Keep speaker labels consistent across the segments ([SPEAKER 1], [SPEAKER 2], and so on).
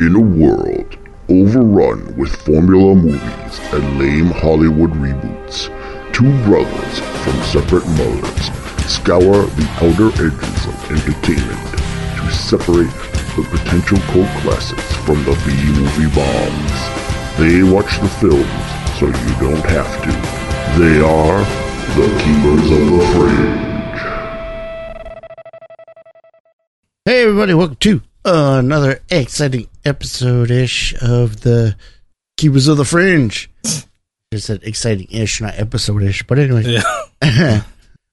[SPEAKER 1] In a world overrun with formula movies and lame Hollywood reboots, two brothers from separate mothers scour the outer edges of entertainment to separate the potential cult classics from the B-movie bombs. They watch the films so you don't have to. They are the Keepers of the Fringe.
[SPEAKER 2] Hey everybody, welcome to another exciting episode ish of the Keepers of the Fringe. It's an exciting ish, not episode ish, but anyway.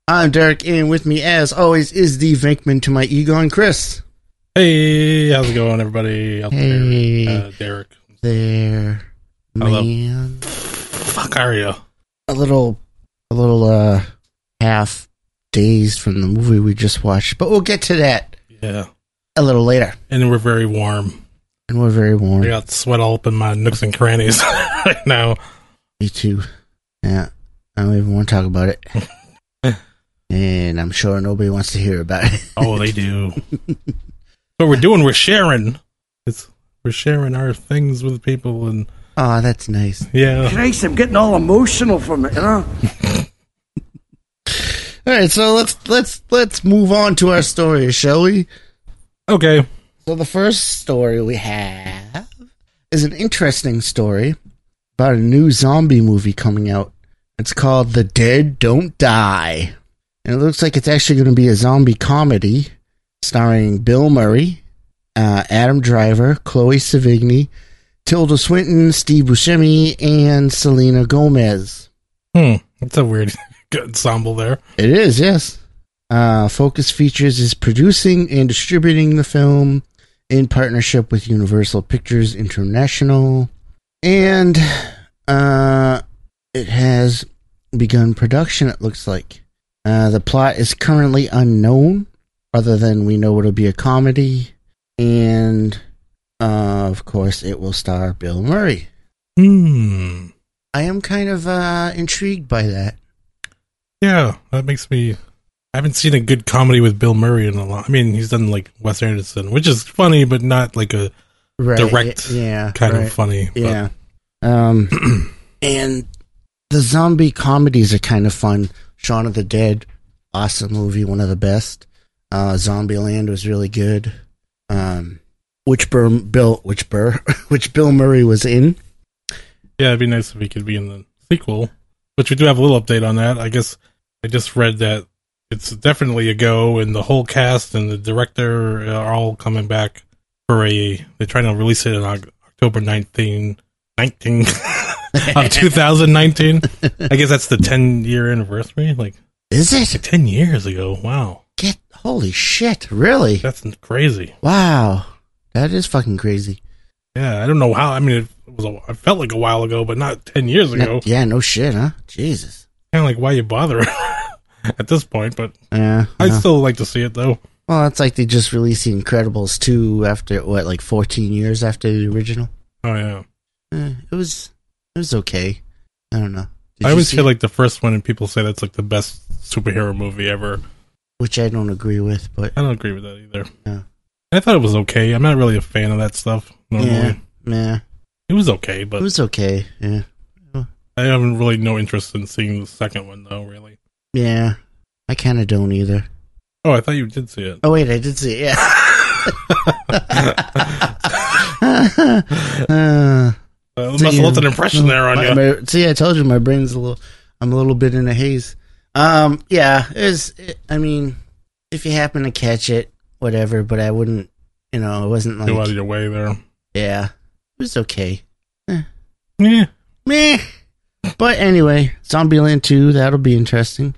[SPEAKER 2] I'm Derek, and with me, as always, is the Venkman to my Egon Chris.
[SPEAKER 3] Hey, how's it going, everybody? Out
[SPEAKER 2] Hey.
[SPEAKER 3] there, uh, Derek.
[SPEAKER 2] There,
[SPEAKER 3] Hello.
[SPEAKER 2] man.
[SPEAKER 3] Fuck are you?
[SPEAKER 2] A little, a little, uh, half dazed from the movie we just watched, but we'll get to that
[SPEAKER 3] Yeah,
[SPEAKER 2] a little later.
[SPEAKER 3] and we're very warm.
[SPEAKER 2] And we're very warm.
[SPEAKER 3] I got sweat all up in my nooks and crannies right now.
[SPEAKER 2] Me too. Yeah. I don't even want to talk about it. and I'm sure nobody wants to hear about it.
[SPEAKER 3] Oh, they do. what we're doing, we're sharing. It's we're sharing our things with people, and
[SPEAKER 2] oh, that's nice.
[SPEAKER 3] yeah,
[SPEAKER 4] Christ, I'm getting all emotional from it, you know?
[SPEAKER 2] All right, so let's let's let's move on to our story, shall we?
[SPEAKER 3] okay.
[SPEAKER 2] So the first story we have is an interesting story about a new zombie movie coming out. It's called The Dead Don't Die. And it looks like it's actually going to be a zombie comedy starring Bill Murray, uh, Adam Driver, Chloe Savigny, Tilda Swinton, Steve Buscemi, and Selena Gomez.
[SPEAKER 3] Hmm, that's a weird ensemble there.
[SPEAKER 2] It is, yes. Uh, Focus Features is producing and distributing the film in partnership with Universal Pictures International. And uh, it has begun production, it looks like. Uh, the plot is currently unknown, other than we know it'll be a comedy. And, uh, of course, it will star Bill Murray.
[SPEAKER 3] Hmm.
[SPEAKER 2] I am kind of uh, intrigued by that.
[SPEAKER 3] Yeah, that makes me. I haven't seen a good comedy with Bill Murray in a long. I mean, he's done like Wes Anderson, which is funny, but not like a
[SPEAKER 2] Right.
[SPEAKER 3] Direct
[SPEAKER 2] yeah,
[SPEAKER 3] kind
[SPEAKER 2] right.
[SPEAKER 3] of funny. but-
[SPEAKER 2] Yeah. Um, and the zombie comedies are kind of fun. Shaun of the Dead, awesome movie, one of the best. Uh, Zombieland was really good. Um, which Bur- Bill, which Burr, which Bill Murray was in.
[SPEAKER 3] Yeah, it'd be nice if we could be in the sequel, which we do have a little update on that. I guess I just read that it's definitely a go, and the whole cast and the director are all coming back for a. They're trying to release it on Oc- October 19, 19 of 2019. I guess that's the 10 year anniversary. Like
[SPEAKER 2] Is it?
[SPEAKER 3] 10 years ago. Wow.
[SPEAKER 2] Get holy shit! Really?
[SPEAKER 3] That's crazy.
[SPEAKER 2] Wow, that is fucking crazy.
[SPEAKER 3] Yeah, I don't know how. I mean, it was. A, it felt like a while ago, but not 10 years ago.
[SPEAKER 2] yeah, no shit, huh? Jesus.
[SPEAKER 3] Kind of like why you bother at this point, but
[SPEAKER 2] Yeah.
[SPEAKER 3] I'd
[SPEAKER 2] yeah.
[SPEAKER 3] still like to see it though.
[SPEAKER 2] Well, it's like they just released The Incredibles 2 after, what, like 14 years after the original?
[SPEAKER 3] Oh yeah,
[SPEAKER 2] Eh, it was it was okay. I don't know. Did
[SPEAKER 3] I
[SPEAKER 2] you
[SPEAKER 3] always
[SPEAKER 2] see
[SPEAKER 3] feel
[SPEAKER 2] it?
[SPEAKER 3] like the first one, and people say that's like the best superhero movie ever.
[SPEAKER 2] which I don't agree with, but
[SPEAKER 3] I don't agree with that either.
[SPEAKER 2] Yeah.
[SPEAKER 3] I thought it was okay. I'm not really a fan of that stuff normally.
[SPEAKER 2] yeah, yeah,
[SPEAKER 3] It was okay, but
[SPEAKER 2] it was okay. Yeah,
[SPEAKER 3] I haven't really no interest in seeing the second one though. Really.
[SPEAKER 2] yeah. I kind of don't either.
[SPEAKER 3] Oh, I thought you did see it.
[SPEAKER 2] Oh wait, I did see it. Yeah. uh,
[SPEAKER 3] Uh,
[SPEAKER 2] so
[SPEAKER 3] must have
[SPEAKER 2] you-
[SPEAKER 3] left an impression there on
[SPEAKER 2] my-
[SPEAKER 3] you.
[SPEAKER 2] my- see, Mm. I told you my brain's a little. I'm a little bit in a haze. Um, yeah, is it, I mean, if you happen to catch it, whatever. But I wouldn't. You know, it wasn't
[SPEAKER 3] Go out of
[SPEAKER 2] like
[SPEAKER 3] your way there.
[SPEAKER 2] yeah, it was okay.
[SPEAKER 3] Yeah.
[SPEAKER 2] Meh. But anyway, Zombieland 2, that'll be interesting,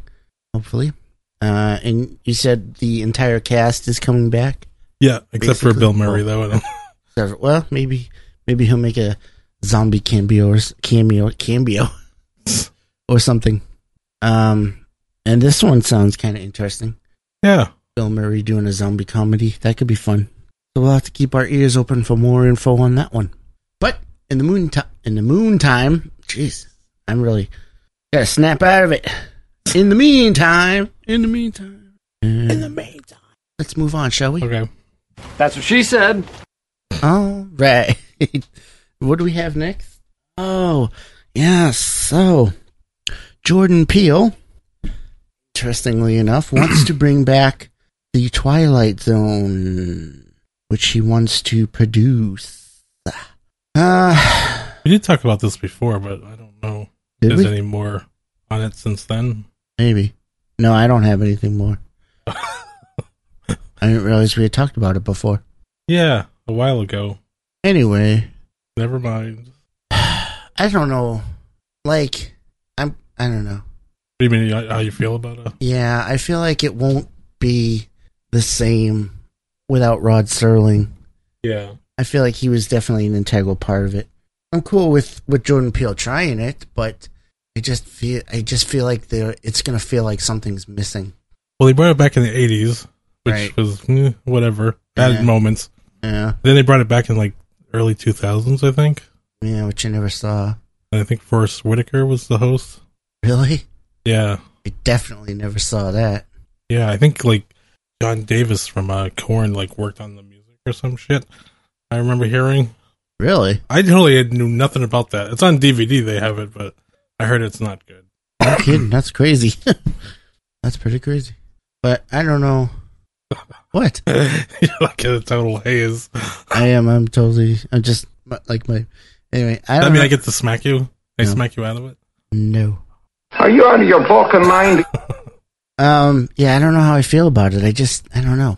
[SPEAKER 2] hopefully. Uh, and you said the entire cast is coming back.
[SPEAKER 3] Yeah. Except for
[SPEAKER 2] Basically.
[SPEAKER 3] Bill Murray though. I don't-
[SPEAKER 2] So, well, maybe maybe he'll make a zombie cameo or s- cameo cameo or something. Um, and this one sounds kind of interesting.
[SPEAKER 3] yeah.
[SPEAKER 2] Bill Murray doing a zombie comedy that could be fun. So we'll have to keep our ears open for more info on that one. But in the moon time, in the moon time, jeez, I'm really gotta snap out of it. In the meantime, in the meantime, in the meantime, let's move on, shall we?
[SPEAKER 3] Okay.
[SPEAKER 4] That's what she said.
[SPEAKER 2] All right. what do we have next? Oh, yes. So, Jordan Peele, interestingly enough, wants to bring back the Twilight Zone, which he wants to produce. Uh,
[SPEAKER 3] We did talk about this before, but I don't know if
[SPEAKER 2] did
[SPEAKER 3] there's
[SPEAKER 2] we?
[SPEAKER 3] any more on it since then.
[SPEAKER 2] Maybe. No, I don't have anything more. I didn't realize we had talked about it before.
[SPEAKER 3] Yeah, a while ago.
[SPEAKER 2] Anyway,
[SPEAKER 3] Never mind.
[SPEAKER 2] I don't know. Like, I'm. I don't know.
[SPEAKER 3] What do you mean? How how you feel about it?
[SPEAKER 2] Yeah, I feel like it won't be the same without Rod Serling.
[SPEAKER 3] Yeah.
[SPEAKER 2] I feel like he was definitely an integral part of it. I'm cool with with Jordan Peele trying it, but I just feel I just feel like there it's gonna feel like something's missing.
[SPEAKER 3] Well, they brought it back in the '80s, which
[SPEAKER 2] Right.
[SPEAKER 3] was eh, whatever added
[SPEAKER 2] Yeah.
[SPEAKER 3] moments.
[SPEAKER 2] Yeah,
[SPEAKER 3] Then they brought it back in like early 2000s, I think.
[SPEAKER 2] yeah, which I never saw.
[SPEAKER 3] And I think Forrest Whitaker was the host.
[SPEAKER 2] Really,
[SPEAKER 3] Yeah,
[SPEAKER 2] I definitely never saw that.
[SPEAKER 3] yeah. I think like John Davis from uh, Korn like worked on the music or some shit. I remember hearing.
[SPEAKER 2] Really?
[SPEAKER 3] I totally knew nothing about that. It's on DVD. They have it, but I heard it's not good.
[SPEAKER 2] No kidding. That's crazy. That's pretty crazy. But I don't know. What?
[SPEAKER 3] You're like in a total haze.
[SPEAKER 2] I am. I'm totally. I'm just like my. Anyway, I
[SPEAKER 3] I
[SPEAKER 2] don't.
[SPEAKER 3] mean,
[SPEAKER 2] know-
[SPEAKER 3] I get to smack you. I
[SPEAKER 2] Yeah.
[SPEAKER 3] smack you out of it.
[SPEAKER 2] no.
[SPEAKER 4] Are you out of your fucking mind?
[SPEAKER 2] Um. Yeah, I don't know how I feel about it. I just. I don't know.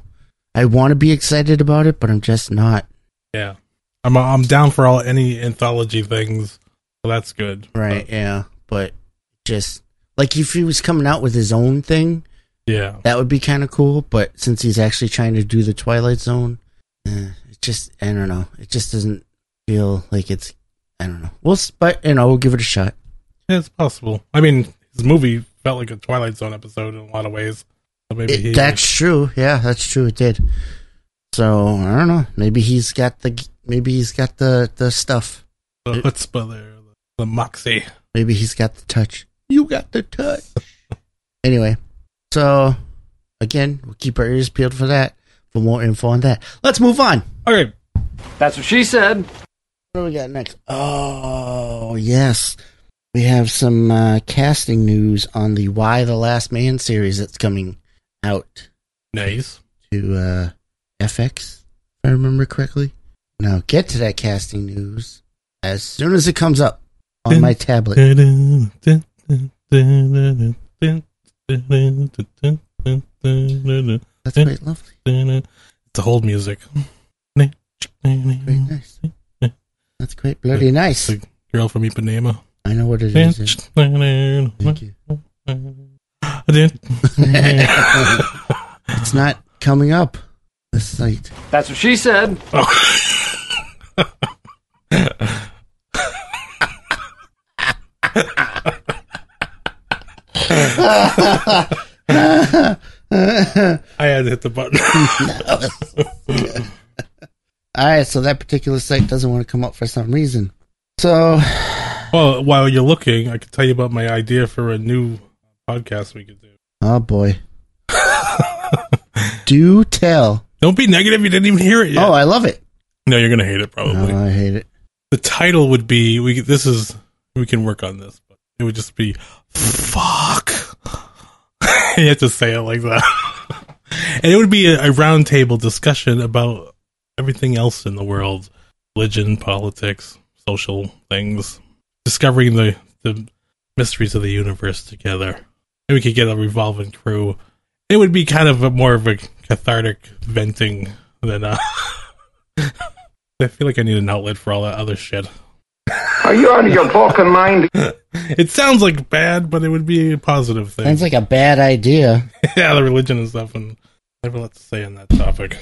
[SPEAKER 2] I want to be excited about it, but I'm just not.
[SPEAKER 3] Yeah, I'm I'm down for all any anthology things. So that's good.
[SPEAKER 2] Right. yeah. But just like if he was coming out with his own thing,
[SPEAKER 3] Yeah.
[SPEAKER 2] that would be kind of cool. But since he's actually trying to do the Twilight Zone, eh, it just I don't know. It just doesn't feel like it's. I don't know. We'll, s- but you know, we'll give it a shot.
[SPEAKER 3] Yeah, it's possible. I mean, his movie felt like a Twilight Zone episode in a lot of ways. So maybe
[SPEAKER 2] It-
[SPEAKER 3] he,
[SPEAKER 2] that's true. Yeah, that's true. It did. So I don't know. Maybe he's got the maybe he's got the the stuff.
[SPEAKER 3] the chutzpah there, the, the moxie.
[SPEAKER 2] Maybe he's got the touch. You got the touch. anyway, so again, we'll keep our ears peeled for that. For more info on that, let's move on.
[SPEAKER 3] Okay,
[SPEAKER 4] That's what she said.
[SPEAKER 2] What do we got next? Oh yes, we have some uh, casting news on the Why the Last Man series that's coming out
[SPEAKER 3] nice.
[SPEAKER 2] to uh, FX, if I remember correctly. Now get to that casting news as soon as it comes up on my tablet.
[SPEAKER 3] It's
[SPEAKER 2] That's quite lovely,
[SPEAKER 3] the whole music.
[SPEAKER 2] very nice. That's quite bloody nice.
[SPEAKER 3] The girl from Ipanema.
[SPEAKER 2] I know what it is. Thank you. It's not coming up the site.
[SPEAKER 4] That's what she said.
[SPEAKER 3] I had to hit the button.
[SPEAKER 2] All right, so that particular site doesn't want to come up for some reason. So
[SPEAKER 3] well, while you're looking, I could tell you about my idea for a new podcast we could do.
[SPEAKER 2] Oh boy. Do tell.
[SPEAKER 3] Don't be negative. You didn't even hear it yet.
[SPEAKER 2] Oh, I love it.
[SPEAKER 3] no, you're gonna hate it probably.
[SPEAKER 2] Oh, I hate it.
[SPEAKER 3] the title would be we. This is we can work on this, but it would just be fuck. you have to say it like that, and it would be a, a roundtable discussion about everything else in the world: religion, politics, social things, discovering the the mysteries of the universe together. And we could get a revolving crew. It would be kind of a, more of a cathartic venting than uh I feel like I need an outlet for all that other shit.
[SPEAKER 4] Are you out of your fucking mind?
[SPEAKER 3] It sounds like bad, but it would be a positive thing.
[SPEAKER 2] Sounds like a bad idea.
[SPEAKER 3] yeah, the religion and stuff, and I have a lot to say on that topic.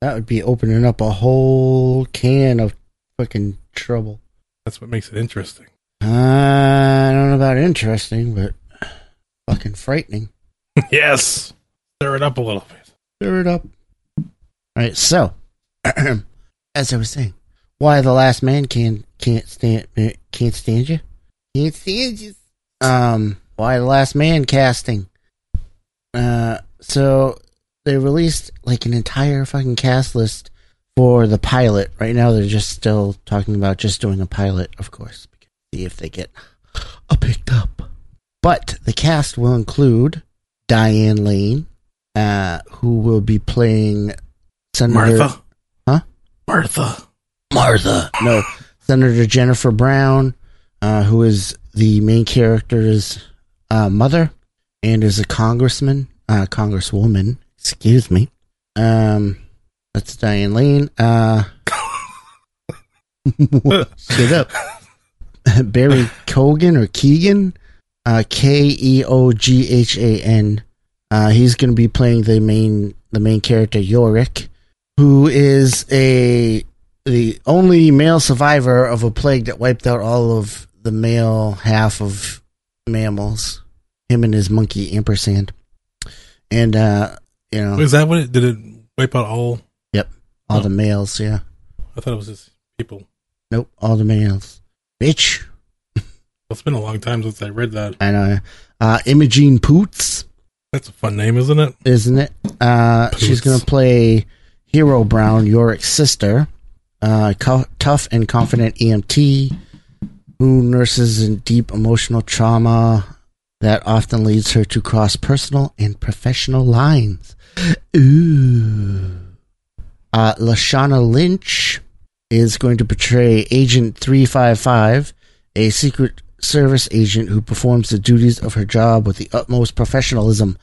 [SPEAKER 2] That would be opening up a whole can of fucking trouble. Uh,
[SPEAKER 3] That's what makes it interesting.
[SPEAKER 2] I don't know about interesting, but fucking frightening.
[SPEAKER 3] yes, stir it up a little bit.
[SPEAKER 2] Stir it up. All right, so as I was saying, why the last man can can't stand can't stand you, can't stand you. Um, why the last man casting? Uh, so they released like an entire fucking cast list for the pilot. Right now, they're just still talking about just doing a pilot, of course. See if they get uh, picked up. But the cast will include Diane Lane, uh, who will be playing Senator
[SPEAKER 3] Martha.
[SPEAKER 2] Huh?
[SPEAKER 3] Martha.
[SPEAKER 2] Martha. No, Senator Jennifer Brown, uh, who is the main character's uh, mother and is a congressman, uh, congresswoman, excuse me. Um, that's Diane Lane. Uh, shut up. Barry Kogan or Keegan, uh, K E O G H A N. Uh, he's going to be playing the main the main character Yorick, who is a the only male survivor of a plague that wiped out all of the male half of mammals. Him and his monkey ampersand, and uh, you know
[SPEAKER 3] Is that what it did? It wipe out all?
[SPEAKER 2] all the males. Yeah,
[SPEAKER 3] I thought it was just people.
[SPEAKER 2] nope, all the males. Bitch,
[SPEAKER 3] It's been a long time since I read that.
[SPEAKER 2] I know. Uh, Imogene Poots.
[SPEAKER 3] That's a fun name, isn't it?
[SPEAKER 2] isn't it? Uh, she's going to play Hero Brown, Yorick's sister, uh, co- tough and confident EMT who nurses in deep emotional trauma that often leads her to cross personal and professional lines. Ooh. Uh, Lashana Lynch is going to portray Agent 355, a Secret Service agent who performs the duties of her job with the utmost professionalism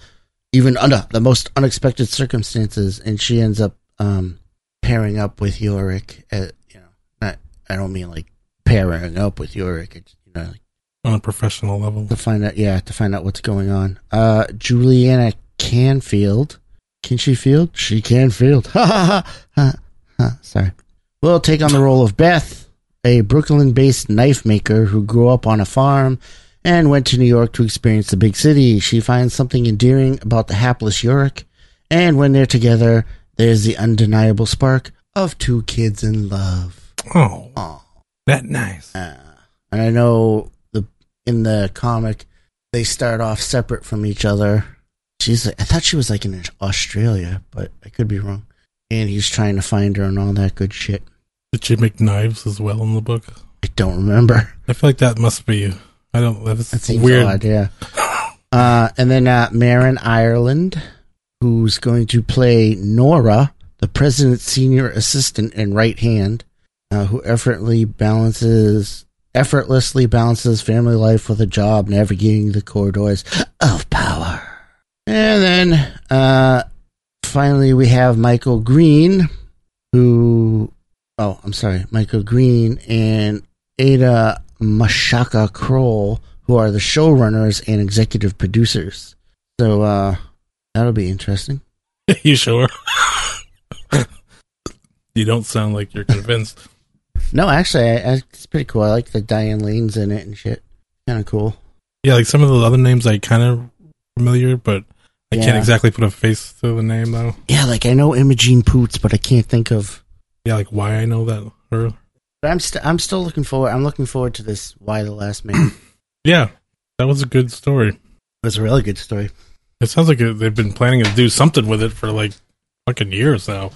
[SPEAKER 2] even under the most unexpected circumstances, and she ends up um, pairing up with Yorick. At, you know, not, I don't mean like pairing up with Yorick. It's, you know, like,
[SPEAKER 3] On a professional level.
[SPEAKER 2] to find out, yeah, to find out what's going on. Uh, Juliana Canfield, can she field? She can field. Ha ha ha ha. ha. Sorry. Will take on the role of Beth, a Brooklyn-based knife maker who grew up on a farm and went to New York to experience the big city. She finds something endearing about the hapless Yurik, and when they're together, there's the undeniable spark of two kids in love.
[SPEAKER 3] Oh,
[SPEAKER 2] Aw.
[SPEAKER 3] that nice.
[SPEAKER 2] Uh, and I know the in the comic they start off separate from each other. She's like, I thought she was like in Australia, but I could be wrong. And he's trying to find her and all that good shit.
[SPEAKER 3] Did she make knives as well in the book?
[SPEAKER 2] I don't remember.
[SPEAKER 3] I feel like that must be. I don't. That's
[SPEAKER 2] That
[SPEAKER 3] that
[SPEAKER 2] seems
[SPEAKER 3] weird.
[SPEAKER 2] odd, yeah. Uh, and then uh, Marin Ireland, who's going to play Nora, the president's senior assistant and right hand, uh, who effortlessly balances effortlessly balances family life with a job navigating the corridors of power. And then uh, finally we have Michael Green, who oh I'm sorry, Michael Green and Ada Mashaka Kroll, who are the showrunners and executive producers. So uh, that'll be interesting.
[SPEAKER 3] you sure? you don't sound like you're convinced.
[SPEAKER 2] No, actually, I, I, it's pretty cool. I like that Diane Lane's in it and shit. Kind of cool.
[SPEAKER 3] yeah, like some of the other names I kind of familiar, but I
[SPEAKER 2] Yeah.
[SPEAKER 3] can't exactly put a face to the name though.
[SPEAKER 2] Yeah, like I know Imogene Poots, but I can't think of.
[SPEAKER 3] Yeah, like why I know that her.
[SPEAKER 2] But I'm st- I'm still looking forward. I'm looking forward to this. Why the Last Man? it
[SPEAKER 3] Yeah, that was a good story.
[SPEAKER 2] was a really good story.
[SPEAKER 3] It sounds like they've been planning to do something with it for like fucking years now.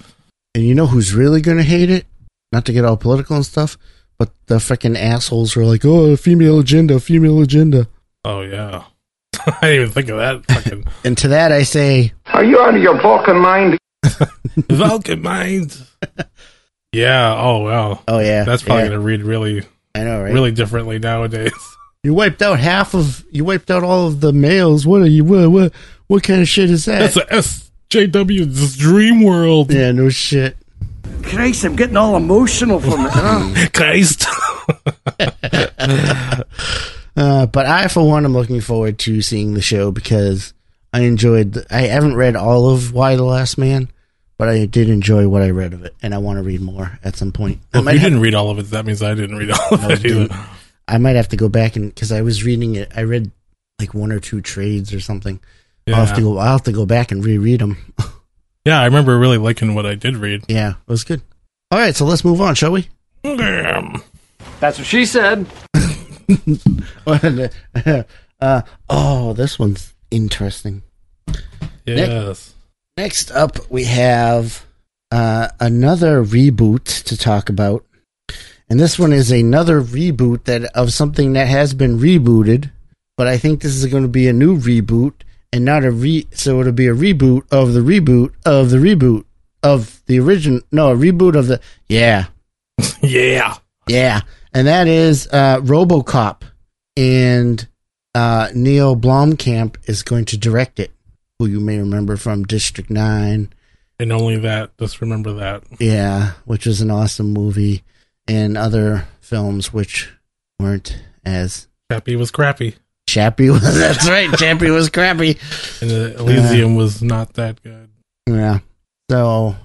[SPEAKER 2] And you know who's really gonna hate it? Not to get all political and stuff, but the freaking assholes were like, "Oh, female agenda, female agenda."
[SPEAKER 3] Oh yeah, I didn't even think of that. Fucking
[SPEAKER 2] And to that, I say,
[SPEAKER 4] Are you out of your fucking mind?
[SPEAKER 3] Vulcan mind. Yeah. Oh wow.
[SPEAKER 2] "Oh yeah,
[SPEAKER 3] That's probably
[SPEAKER 2] yeah,
[SPEAKER 3] gonna read really,
[SPEAKER 2] I know, right?
[SPEAKER 3] really differently nowadays.
[SPEAKER 2] You wiped out half of you wiped out all of the males. What are you? What what what kind of shit is that?"
[SPEAKER 3] That's a SJW's dream world.
[SPEAKER 2] yeah, no shit.
[SPEAKER 5] Christ, I'm getting all emotional from it.
[SPEAKER 3] Christ.
[SPEAKER 2] Uh, but I, for one, am looking forward to seeing the show because I enjoyed. The, I haven't read all of Why the Last Man, but I did enjoy what I read of it, and I want to read more at some point. I,
[SPEAKER 3] Well, if
[SPEAKER 2] might
[SPEAKER 3] you
[SPEAKER 2] have,
[SPEAKER 3] didn't read all of it, that means I didn't read all of
[SPEAKER 2] No,
[SPEAKER 3] it either.
[SPEAKER 2] dude. I might have to go back and because I was reading it. I read like one or two trades or something. I'll have
[SPEAKER 3] Yeah.
[SPEAKER 2] to go. I'll have to go back and reread them.
[SPEAKER 3] yeah, I remember really liking what I did read.
[SPEAKER 2] yeah, it was good. All right, so let's move on, shall we?
[SPEAKER 3] Damn.
[SPEAKER 4] That's what she said.
[SPEAKER 2] uh, oh, this one's interesting.
[SPEAKER 3] Yes.
[SPEAKER 2] Next up, we have uh, another reboot to talk about, and this one is another reboot that of something that has been rebooted, but I think this is going to be a new reboot and not a re. So it'll be a reboot of the reboot of the reboot of the origin. No, a reboot of the yeah
[SPEAKER 3] yeah.
[SPEAKER 2] yeah, and that is uh, RoboCop, and uh, Neil Blomkamp is going to direct it, who you may remember from District Nine.
[SPEAKER 3] And only that. Just remember that.
[SPEAKER 2] Yeah, which was an awesome movie, and other films which weren't as
[SPEAKER 3] Chappie was crappy,
[SPEAKER 2] Chappie. was- That's right, Chappie was crappy.
[SPEAKER 3] and the Elysium was not that good.
[SPEAKER 2] Yeah, so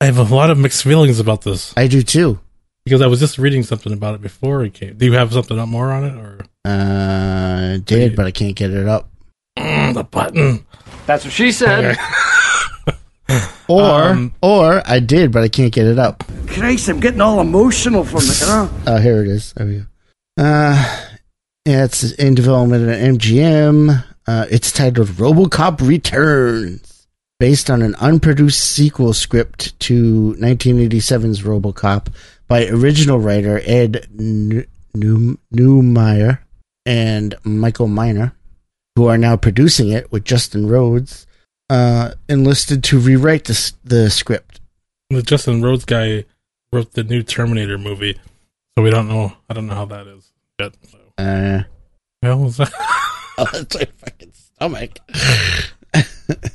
[SPEAKER 3] I have a lot of mixed feelings about this
[SPEAKER 2] I do too.
[SPEAKER 3] because I was just reading something about it before it came. Do you have something up more on it or
[SPEAKER 2] Uh, I did but I can't get it up.
[SPEAKER 3] Mm, the button?
[SPEAKER 4] That's what she said.
[SPEAKER 3] Okay.
[SPEAKER 2] Or,
[SPEAKER 3] Um,
[SPEAKER 2] or I did, but I can't get it up.
[SPEAKER 5] Christ, I'm getting all emotional from it, you know?
[SPEAKER 2] Oh, here it is. There we go. Uh, yeah, it's in development at MGM. Uh, it's titled RoboCop Returns, based on an unproduced sequel script to 1987's RoboCop by original writer Ed N- Neum- Neumeyer and Michael Miner, who are now producing it with Justin Rhodes, uh, enlisted to rewrite the, s- the script.
[SPEAKER 3] The Justin Rhodes guy wrote the new Terminator movie, so we don't know. I don't know how that is yet. So.
[SPEAKER 2] Uh,
[SPEAKER 3] Well, is that-
[SPEAKER 2] Oh, that's my fucking stomach.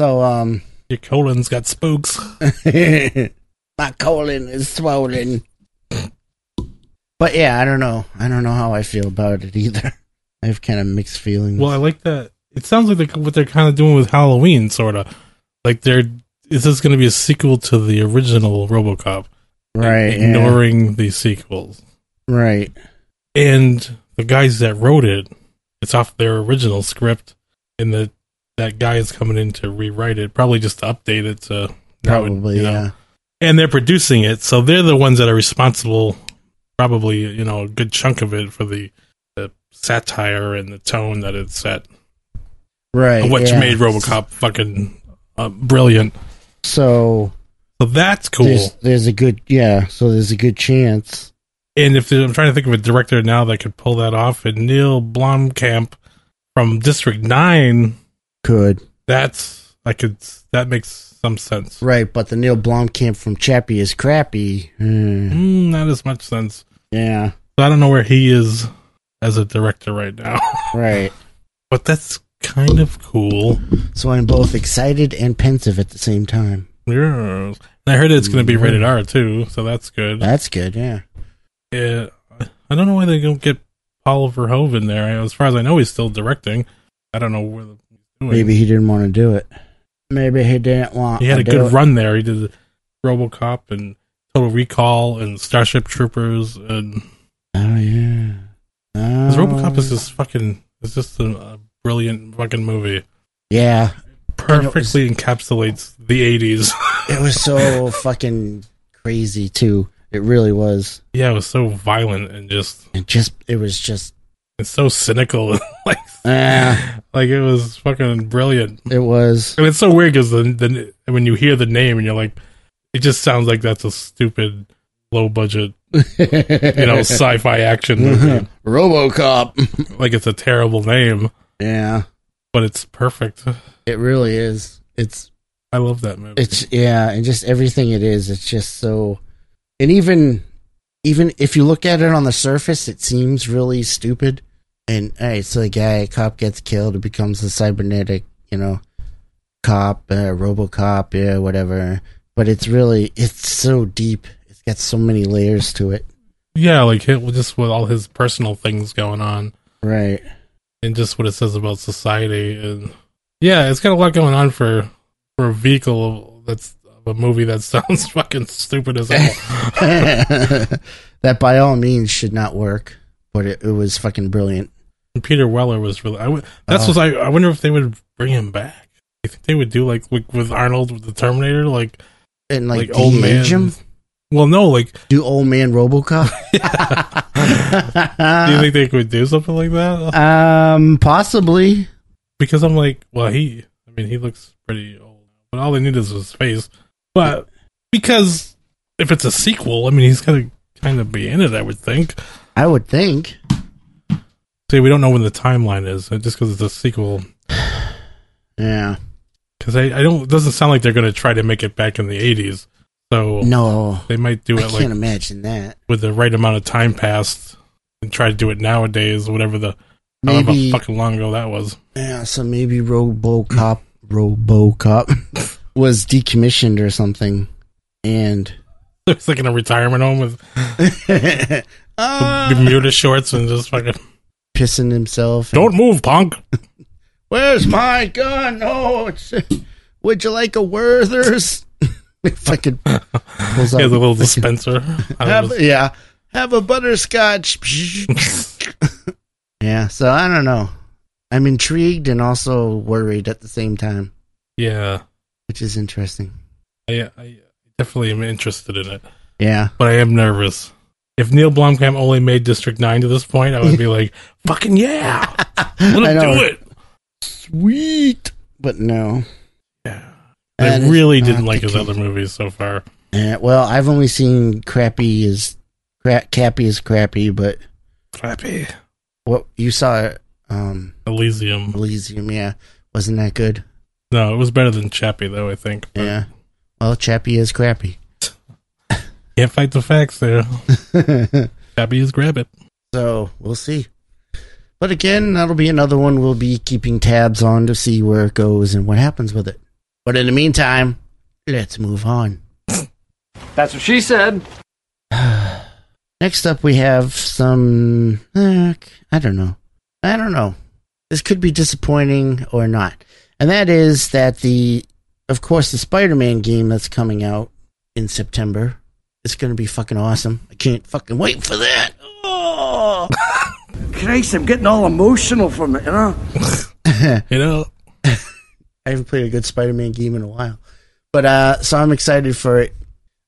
[SPEAKER 2] so, um,
[SPEAKER 3] your colon's got spokes.
[SPEAKER 2] my colon is swollen. But yeah, I don't know. I don't know how I feel about it either. I have kind of mixed feelings.
[SPEAKER 3] Well, I like that. It sounds like they're, what they're kind of doing with Halloween, sort of. Like they're is this going to be a sequel to the original RoboCop,
[SPEAKER 2] right? yeah,
[SPEAKER 3] ignoring the sequels.
[SPEAKER 2] right.
[SPEAKER 3] and the guys that wrote it, it's off their original script, and the that guy is coming in to rewrite it, probably just to update it to now it-
[SPEAKER 2] Probably.
[SPEAKER 3] you know.
[SPEAKER 2] yeah.
[SPEAKER 3] And they're producing it, so they're the ones that are responsible, probably you know a good chunk of it for the the satire and the tone that it's set,
[SPEAKER 2] Right.
[SPEAKER 3] which
[SPEAKER 2] yeah.
[SPEAKER 3] made RoboCop fucking uh, brilliant.
[SPEAKER 2] So
[SPEAKER 3] So that's cool.
[SPEAKER 2] there's there's a good yeah. So there's a good chance.
[SPEAKER 3] and if there- I'm trying to think of a director now that could pull that off, and Neil Blomkamp from District Nine
[SPEAKER 2] Could
[SPEAKER 3] That's I could that makes some sense.
[SPEAKER 2] right, but the Neil Blomkamp from Chappie is crappy. Hmm,
[SPEAKER 3] Mm, not as much sense.
[SPEAKER 2] yeah.
[SPEAKER 3] So I don't know where he is as a director right now,
[SPEAKER 2] Right.
[SPEAKER 3] but that's kind of cool.
[SPEAKER 2] So I'm both excited and pensive at the same time.
[SPEAKER 3] Yes. And I heard it's going to be rated R too, so that's good.
[SPEAKER 2] That's good, yeah.
[SPEAKER 3] Yeah, I don't know why they don't get Paul Verhoeven there. As far as I know, he's still directing. I don't know where the
[SPEAKER 2] Maybe he didn't want to do it. Maybe he didn't want.
[SPEAKER 3] he had
[SPEAKER 2] to
[SPEAKER 3] a
[SPEAKER 2] do
[SPEAKER 3] good
[SPEAKER 2] it.
[SPEAKER 3] run there. He did RoboCop and Total Recall and Starship Troopers and
[SPEAKER 2] Oh yeah. Oh,
[SPEAKER 3] Because RoboCop is just fucking. It's just a, a brilliant fucking movie.
[SPEAKER 2] Yeah,
[SPEAKER 3] Perfectly encapsulates the '80s.
[SPEAKER 2] it was so fucking crazy too. It really was.
[SPEAKER 3] yeah, it was so violent and just
[SPEAKER 2] It just. It was just.
[SPEAKER 3] it's so cynical. like,
[SPEAKER 2] Ah.
[SPEAKER 3] like it was fucking brilliant.
[SPEAKER 2] It was.
[SPEAKER 3] And it's so weird because the, the when you hear the name and you're like, it just sounds like that's a stupid low budget, you know, sci-fi action movie.
[SPEAKER 2] RoboCop.
[SPEAKER 3] like it's a terrible name,
[SPEAKER 2] yeah,
[SPEAKER 3] but it's perfect.
[SPEAKER 2] it really is. It's
[SPEAKER 3] I love that movie.
[SPEAKER 2] it's yeah and just everything it is it's just so and even even if you look at it on the surface it seems really stupid and all right so the guy cop gets killed it becomes a cybernetic you know cop uh, robocop yeah whatever but it's really it's so deep it's got so many layers to it
[SPEAKER 3] yeah, like hit just with all his personal things going on.
[SPEAKER 2] right
[SPEAKER 3] and just what it says about society and yeah it's got a lot going on for for a vehicle that's of a movie that sounds fucking stupid as hell
[SPEAKER 2] that by all means should not work but it, it was fucking brilliant
[SPEAKER 3] And peter weller was really I w- that's what
[SPEAKER 2] Uh-huh.
[SPEAKER 3] I, I wonder if they would bring him back you think they would do like with, with arnold with the terminator like
[SPEAKER 2] and like,
[SPEAKER 3] like, old man
[SPEAKER 2] de-age him?
[SPEAKER 3] well no like
[SPEAKER 2] do old man robocop
[SPEAKER 3] do
[SPEAKER 2] Uh-huh.
[SPEAKER 3] you think they could do something like that
[SPEAKER 2] Um, possibly.
[SPEAKER 3] because i'm like well he i mean he looks pretty old but all they need is his face. But because if it's a sequel, I mean, he's got to kind of be in it, I would think.
[SPEAKER 2] I would think.
[SPEAKER 3] See, we don't know when the timeline is uh, just because it's a sequel.
[SPEAKER 2] Yeah.
[SPEAKER 3] Because I, I don't, it doesn't sound like they're going to try to make it back in the 80s. So
[SPEAKER 2] No.
[SPEAKER 3] they might do
[SPEAKER 2] I
[SPEAKER 3] it
[SPEAKER 2] can't
[SPEAKER 3] like
[SPEAKER 2] imagine that.
[SPEAKER 3] with the right amount of time passed and try to do it nowadays, whatever the,
[SPEAKER 2] Maybe-
[SPEAKER 3] however fucking long ago that was.
[SPEAKER 2] Yeah, so maybe RoboCop, RoboCop was decommissioned or something, and
[SPEAKER 3] It's like in a retirement home with
[SPEAKER 2] Ah,
[SPEAKER 3] Bermuda shorts and just fucking
[SPEAKER 2] pissing himself. and-
[SPEAKER 3] don't move, punk.
[SPEAKER 2] Where's my gun? Oh, it's, would you like a Werther's? Fucking pulls
[SPEAKER 3] He
[SPEAKER 2] out
[SPEAKER 3] has a little
[SPEAKER 2] fucking-
[SPEAKER 3] dispenser. I don't
[SPEAKER 2] Have,
[SPEAKER 3] know.
[SPEAKER 2] yeah, have a butterscotch. yeah, so I don't know. I'm intrigued and also worried at the same time,
[SPEAKER 3] yeah,
[SPEAKER 2] which is interesting.
[SPEAKER 3] I, I definitely am interested in it,
[SPEAKER 2] Yeah,
[SPEAKER 3] but I am nervous. If Neil Blomkamp only made District Nine to this point, I would be like, "Fucking yeah,
[SPEAKER 2] I
[SPEAKER 3] let him
[SPEAKER 2] know.
[SPEAKER 3] do it."
[SPEAKER 2] sweet, but no.
[SPEAKER 3] Yeah.
[SPEAKER 2] That
[SPEAKER 3] I
[SPEAKER 2] is
[SPEAKER 3] really
[SPEAKER 2] not
[SPEAKER 3] didn't like
[SPEAKER 2] the
[SPEAKER 3] his
[SPEAKER 2] case.
[SPEAKER 3] other movies so far.
[SPEAKER 2] Yeah, Eh, well, I've only seen Crappy is cra- Cappy is Crappy, but
[SPEAKER 3] Crappy
[SPEAKER 2] what you saw, um,
[SPEAKER 3] Elysium.
[SPEAKER 2] Elysium, yeah, wasn't that good?
[SPEAKER 3] No, it was better than Chappie though. I think. but
[SPEAKER 2] Yeah. Well, Chappie is Crappy.
[SPEAKER 3] Can't fight the facts there. Chappie is grab it.
[SPEAKER 2] so we'll see. But again, that'll be another one we'll be keeping tabs on to see where it goes and what happens with it. But in the meantime, let's move on.
[SPEAKER 4] That's what she said.
[SPEAKER 2] Next up, we have some. eh, I don't know. I don't know. This could be disappointing or not. And that is that the, of course, the Spider Man game that's coming out in September is going to be fucking awesome. I can't fucking wait for that. Oh!
[SPEAKER 5] Christ, I'm getting all emotional from it, you know?
[SPEAKER 3] You know,
[SPEAKER 2] I haven't played a good Spider-Man game in a while, but uh, so I'm excited for it.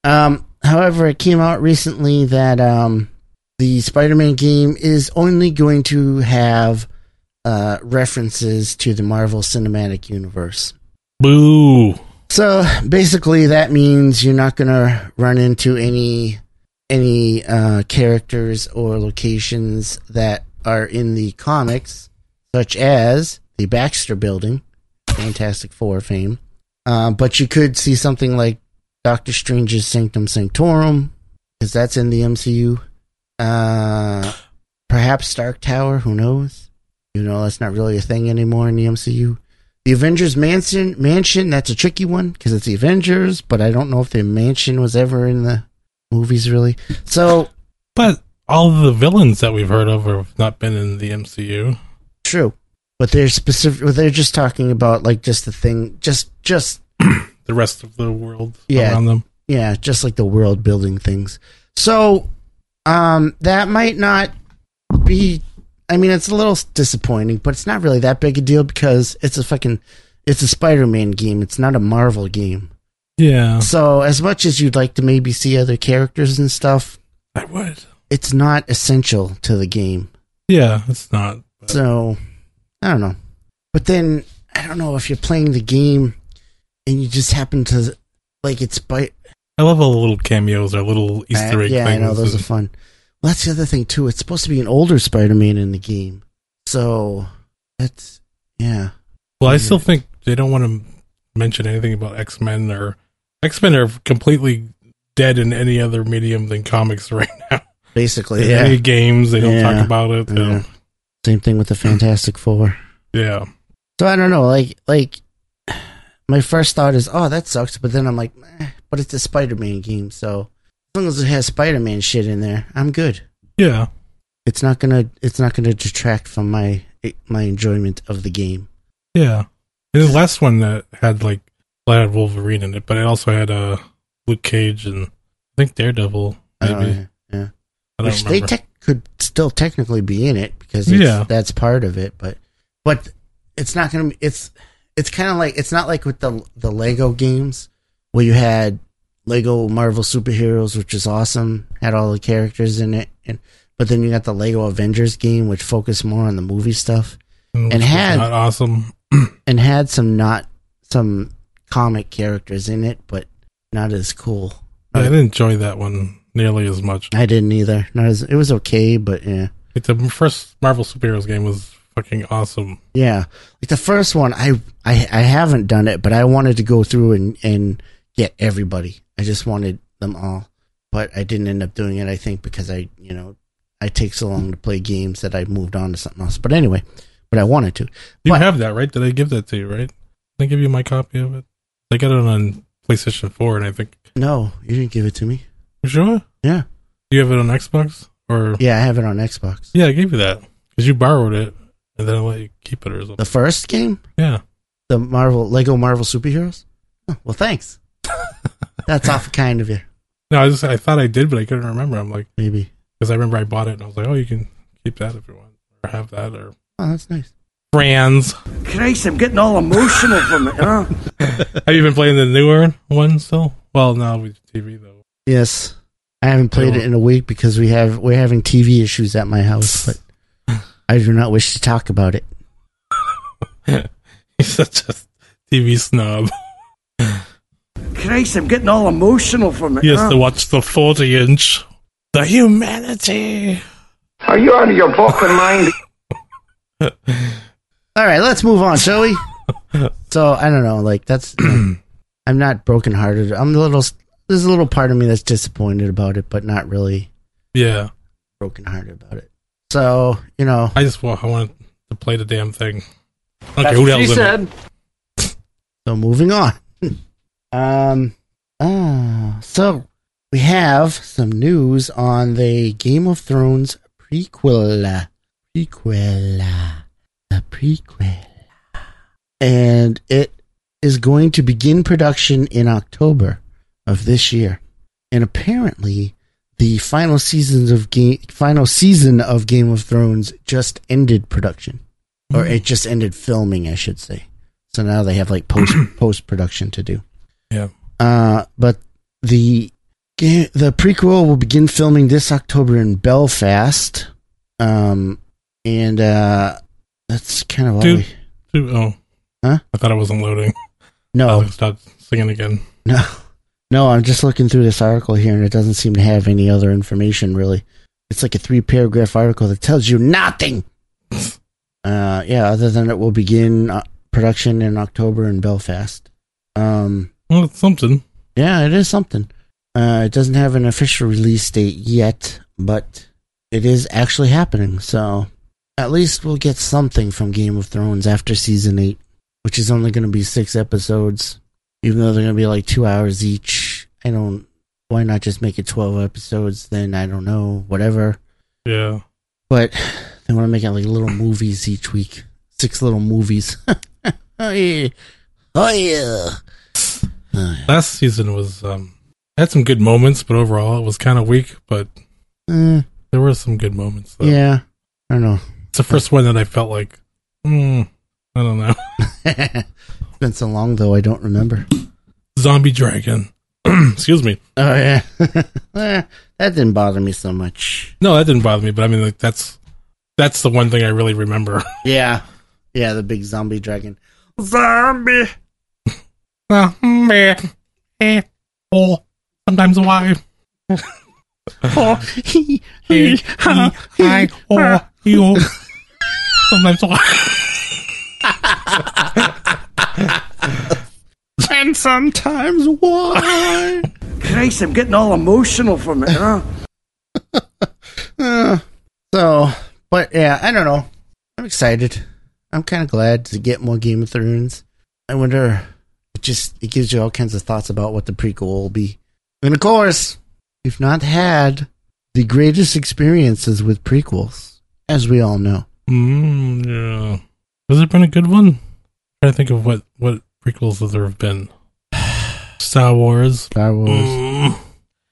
[SPEAKER 2] Um, however, it came out recently that um, the Spider-Man game is only going to have uh, references to the Marvel Cinematic Universe.
[SPEAKER 3] boo.
[SPEAKER 2] So basically, that means you're not going to run into any any uh, characters or locations that are in the comics, such as the Baxter Building, Fantastic Four fame. Uh, but you could see something like Doctor Strange's Sanctum Sanctorum, because that's in the MCU. Uh, perhaps Stark Tower. Who knows? You know, that's not really a thing anymore in the MCU. The Avengers Mansion Mansion, that's a tricky one because it's the Avengers, but I don't know if the mansion was ever in the movies really. So
[SPEAKER 3] But all the villains that we've heard of have not been in the MCU.
[SPEAKER 2] true, but they're specific. Well, they're just talking about like just the thing, just just
[SPEAKER 3] The rest of the world
[SPEAKER 2] Yeah.
[SPEAKER 3] around them.
[SPEAKER 2] yeah, just like the world building things. So um, that might not be. I mean, it's a little disappointing, but it's not really that big a deal because it's a fucking it's a Spider-Man game. It's not a Marvel game.
[SPEAKER 3] Yeah,
[SPEAKER 2] So as much as you'd like to maybe see other characters and stuff,
[SPEAKER 3] I would.
[SPEAKER 2] it's not essential to the game.
[SPEAKER 3] Yeah, it's not. But
[SPEAKER 2] So I don't know. But then I don't know if you're playing the game and you just happen to like it's by
[SPEAKER 3] I love all the little cameos or little Easter
[SPEAKER 2] Uh,
[SPEAKER 3] egg
[SPEAKER 2] yeah,
[SPEAKER 3] things.
[SPEAKER 2] I know those are
[SPEAKER 3] and-
[SPEAKER 2] fun. Well, that's the other thing too. It's supposed to be an older Spider-Man in the game, so that's yeah.
[SPEAKER 3] well, I still think they don't want to mention anything about X Men or X Men are completely dead in any other medium than comics right now.
[SPEAKER 2] Basically,
[SPEAKER 3] In
[SPEAKER 2] yeah.
[SPEAKER 3] Any games they don't
[SPEAKER 2] Yeah.
[SPEAKER 3] talk about it. they
[SPEAKER 2] Yeah.
[SPEAKER 3] don't-
[SPEAKER 2] Same thing with the Fantastic Four.
[SPEAKER 3] Yeah.
[SPEAKER 2] So I don't know, like like my first thought is, oh, that sucks. But then I'm like, eh, but it's a Spider-Man game, so as long as it has Spider-Man shit in there, I'm good.
[SPEAKER 3] Yeah.
[SPEAKER 2] It's not gonna it's not gonna detract from my my enjoyment of the game.
[SPEAKER 3] Yeah. And the last one that had like well, it had Wolverine in it, but it also had uh Luke Cage and I think Daredevil maybe.
[SPEAKER 2] Oh, yeah, yeah.
[SPEAKER 3] I don't
[SPEAKER 2] Which they
[SPEAKER 3] remember.
[SPEAKER 2] tec- could still technically be in it because it's,
[SPEAKER 3] Yeah.
[SPEAKER 2] that's part of it, but but it's not gonna it's it's kind of like it's not like with the the Lego games where you had Lego Marvel Superheroes, which is awesome, had all the characters in it, and but then you got the Lego Avengers game, which focused more on the movie stuff
[SPEAKER 3] and
[SPEAKER 2] had-
[SPEAKER 3] not awesome.
[SPEAKER 2] and had some not some comic characters in it, but not as cool.
[SPEAKER 3] I didn't enjoy that one nearly as much.
[SPEAKER 2] I didn't either. Not as it was okay, but yeah,
[SPEAKER 3] Like, the first Marvel superheroes game was fucking awesome.
[SPEAKER 2] yeah. Like the first one, I I, I haven't done it, but I wanted to go through and and get everybody. I just wanted them all, but I didn't end up doing it. I think because I you know I take so long to play games that I moved on to something else. But anyway, but I wanted to.
[SPEAKER 3] You
[SPEAKER 2] But-
[SPEAKER 3] have that, right? Did I give that to you, right? Did I give you my copy of it? I got it on PlayStation 4, and I think.
[SPEAKER 2] No, you didn't give it to me.
[SPEAKER 3] You sure?
[SPEAKER 2] Yeah,
[SPEAKER 3] Do you have it on Xbox? Or
[SPEAKER 2] yeah. I have it on Xbox.
[SPEAKER 3] Yeah, I gave you that. Because you borrowed it, and then I let you keep it or something.
[SPEAKER 2] The first game,
[SPEAKER 3] Yeah.
[SPEAKER 2] the Marvel Lego Marvel superheroes. Oh, well, thanks. That's awful kind of you.
[SPEAKER 3] No, I just I thought I did, but I couldn't remember. I'm like,
[SPEAKER 2] Maybe.
[SPEAKER 3] because I remember I bought it, and I was like, oh, you can keep that if you want, or have that, or
[SPEAKER 2] Oh, that's nice.
[SPEAKER 3] brands.
[SPEAKER 5] Christ, I'm getting all emotional from it, you know?
[SPEAKER 3] Have you been playing the newer one still? Well, no, with TV though.
[SPEAKER 2] Yes, I haven't played it in a week because we have we're having TV issues at my house, but I do not wish to talk about it.
[SPEAKER 3] He's such a TV snob.
[SPEAKER 5] Christ, I'm getting all emotional from it,
[SPEAKER 3] He
[SPEAKER 5] you
[SPEAKER 3] has to
[SPEAKER 4] Oh.
[SPEAKER 5] know?
[SPEAKER 3] watch the 40 inch. The humanity.
[SPEAKER 6] Are you out of your fucking mind?
[SPEAKER 2] All right, let's move on, shall we? so I don't know, like that's I'm not brokenhearted. I'm a little there's a little part of me that's disappointed about it, but not really
[SPEAKER 3] Yeah,
[SPEAKER 2] brokenhearted about it. So you know,
[SPEAKER 3] I just want I want to play the damn thing. Okay,
[SPEAKER 4] That's
[SPEAKER 3] who
[SPEAKER 4] what
[SPEAKER 3] else?
[SPEAKER 4] she
[SPEAKER 3] in it.
[SPEAKER 4] said.
[SPEAKER 2] So moving on. um ah, so we have some news on the Game of Thrones prequel. Prequel. The prequel. And it is going to begin production in October of this year. And apparently the final seasons of game final season of Game of Thrones just ended production. Or
[SPEAKER 3] Hmm.
[SPEAKER 2] it just ended filming, I should say. So now they have like post post production to do.
[SPEAKER 3] Yeah.
[SPEAKER 2] Uh, but the ga- the prequel will begin filming this October in Belfast. Um, and uh, that's kind of all.
[SPEAKER 3] Dude.
[SPEAKER 2] we-
[SPEAKER 3] Who- Oh,
[SPEAKER 2] Huh?
[SPEAKER 3] I thought I wasn't loading.
[SPEAKER 2] no,
[SPEAKER 3] I'll stop singing again.
[SPEAKER 2] no, no. I'm just looking through this article here, and it doesn't seem to have any other information really. It's like a three paragraph article that tells you nothing. uh, yeah, other than it will begin uh, production in October in Belfast. Um.
[SPEAKER 3] Well, it's something.
[SPEAKER 2] Yeah, it is something. Uh, it doesn't have an official release date yet, but it is actually happening. So at least we'll get something from Game of Thrones after season eight, which is only going to be six episodes, even though they're going to be like two hours each. I don't. Why not just make it twelve episodes? Then I don't know. Whatever.
[SPEAKER 3] Yeah.
[SPEAKER 2] But they want to make it like little movies each week. Six little movies. oh yeah. Oh yeah. Oh, yeah.
[SPEAKER 3] Last season was um had some good moments, but overall it was kind of weak. But
[SPEAKER 2] Eh.
[SPEAKER 3] there were some good moments. Though.
[SPEAKER 2] Yeah. I don't know.
[SPEAKER 3] It's the first one that I felt like, hmm, I don't know.
[SPEAKER 2] it's been so long though I don't remember.
[SPEAKER 3] Zombie dragon. Excuse me.
[SPEAKER 2] Oh yeah. Eh, that didn't bother me so much.
[SPEAKER 3] No, that didn't bother me. But I mean, like that's that's the one thing I really remember.
[SPEAKER 2] Yeah. Yeah, the big zombie dragon.
[SPEAKER 5] Zombie!
[SPEAKER 3] Well, meh, eh, oh, sometimes why?
[SPEAKER 2] Oh, he,
[SPEAKER 3] Eh, eh, I, oh, you. Sometimes why?
[SPEAKER 2] and sometimes why?
[SPEAKER 5] Christ, I'm getting all emotional from it, you know?
[SPEAKER 2] Uh, so, but yeah, I don't know. I'm excited. I'm kind of glad to get more Game of Thrones. I wonder. It just it gives you all kinds of thoughts about what the prequel will be, and of course, we've not had the greatest experiences with prequels, as we all know.
[SPEAKER 3] Mm, yeah. Has it been a good one? I'm trying to think of what what prequels that there have been. Star Wars,
[SPEAKER 2] Star Wars.
[SPEAKER 3] Mm.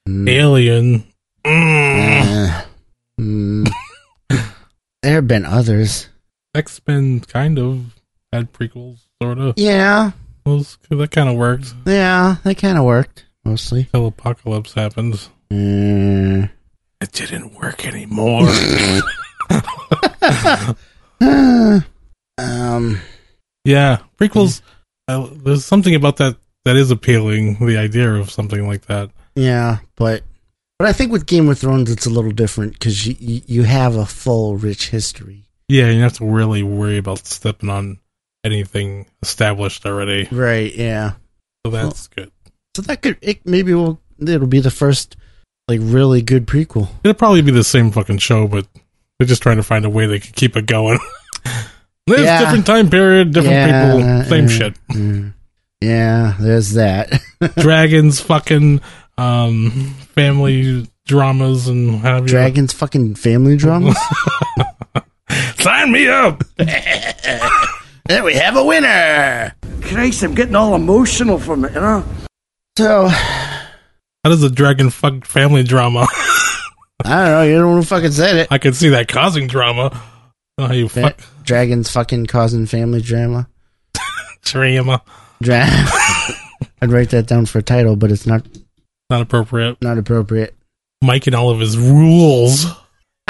[SPEAKER 2] Mm.
[SPEAKER 3] Alien. Mm.
[SPEAKER 2] Uh, mm. there have been others.
[SPEAKER 3] X Men kind of had prequels, sort of.
[SPEAKER 2] Yeah,
[SPEAKER 3] Those that kind of worked
[SPEAKER 2] yeah, they kind of worked mostly.
[SPEAKER 3] until apocalypse happens.
[SPEAKER 2] Mm.
[SPEAKER 3] It didn't work anymore.
[SPEAKER 2] um, Um,
[SPEAKER 3] yeah, prequels. I, uh, there's something about that that is appealing. The idea of something like that.
[SPEAKER 2] Yeah, but but I think with Game of Thrones it's a little different because you you you have a full rich history,
[SPEAKER 3] Yeah, you don't have to really worry about stepping on anything established already.
[SPEAKER 2] right? Yeah,
[SPEAKER 3] So that's good.
[SPEAKER 2] so that could it maybe will it'll be the first like really good prequel.
[SPEAKER 3] It'll probably be the same fucking show, but they're just trying to find a way they can keep it going. There's
[SPEAKER 2] Yeah.
[SPEAKER 3] different time period, different
[SPEAKER 2] Yeah,
[SPEAKER 3] people, same
[SPEAKER 2] yeah,
[SPEAKER 3] shit.
[SPEAKER 2] yeah. Yeah, there's that.
[SPEAKER 3] Dragons, fucking um, family dramas, and have you.
[SPEAKER 2] Dragons fucking family drama.
[SPEAKER 3] Sign me up.
[SPEAKER 2] there we have a winner.
[SPEAKER 5] Christ, I'm getting all emotional from it, you know?
[SPEAKER 2] So
[SPEAKER 3] How does a dragon fuck family drama?
[SPEAKER 2] I don't know. You're the one who fucking said it.
[SPEAKER 3] I can see that causing drama. Oh, you fuck
[SPEAKER 2] Dragons fucking causing family drama.
[SPEAKER 3] drama.
[SPEAKER 2] Dra- I'd write that down for a title, but it's not
[SPEAKER 3] Not appropriate.
[SPEAKER 2] not appropriate.
[SPEAKER 3] Mike and all of his rules. You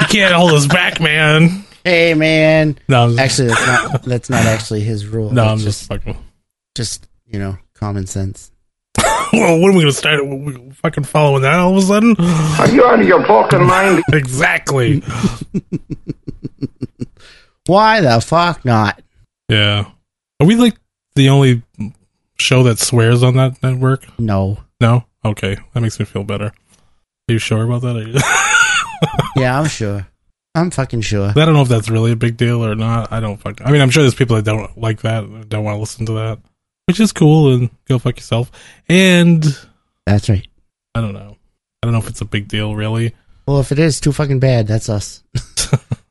[SPEAKER 3] can't hold us back, man.
[SPEAKER 2] Hey man,
[SPEAKER 3] No, I'm just,
[SPEAKER 2] actually that's not that's not actually his rule.
[SPEAKER 3] no, I'm
[SPEAKER 2] That's
[SPEAKER 3] just, fucking.
[SPEAKER 2] just just you know common sense.
[SPEAKER 3] Well, when are we gonna start? We fucking following that all of a sudden?
[SPEAKER 6] Are you out of your fucking mind?
[SPEAKER 3] exactly.
[SPEAKER 2] Why the fuck not?
[SPEAKER 3] Yeah. Are we like the only show that swears on that network?
[SPEAKER 2] No.
[SPEAKER 3] No. Okay, that makes me feel better. Are you sure about that?
[SPEAKER 2] Yeah, I'm sure. I'm fucking sure.
[SPEAKER 3] I don't know if that's really a big deal or not. I don't fuck. I mean, I'm sure there's people that don't like that, don't want to listen to that, which is cool. And go fuck yourself. And
[SPEAKER 2] That's right.
[SPEAKER 3] I don't know. I don't know if it's a big deal, really.
[SPEAKER 2] Well, if it is too fucking bad, that's us.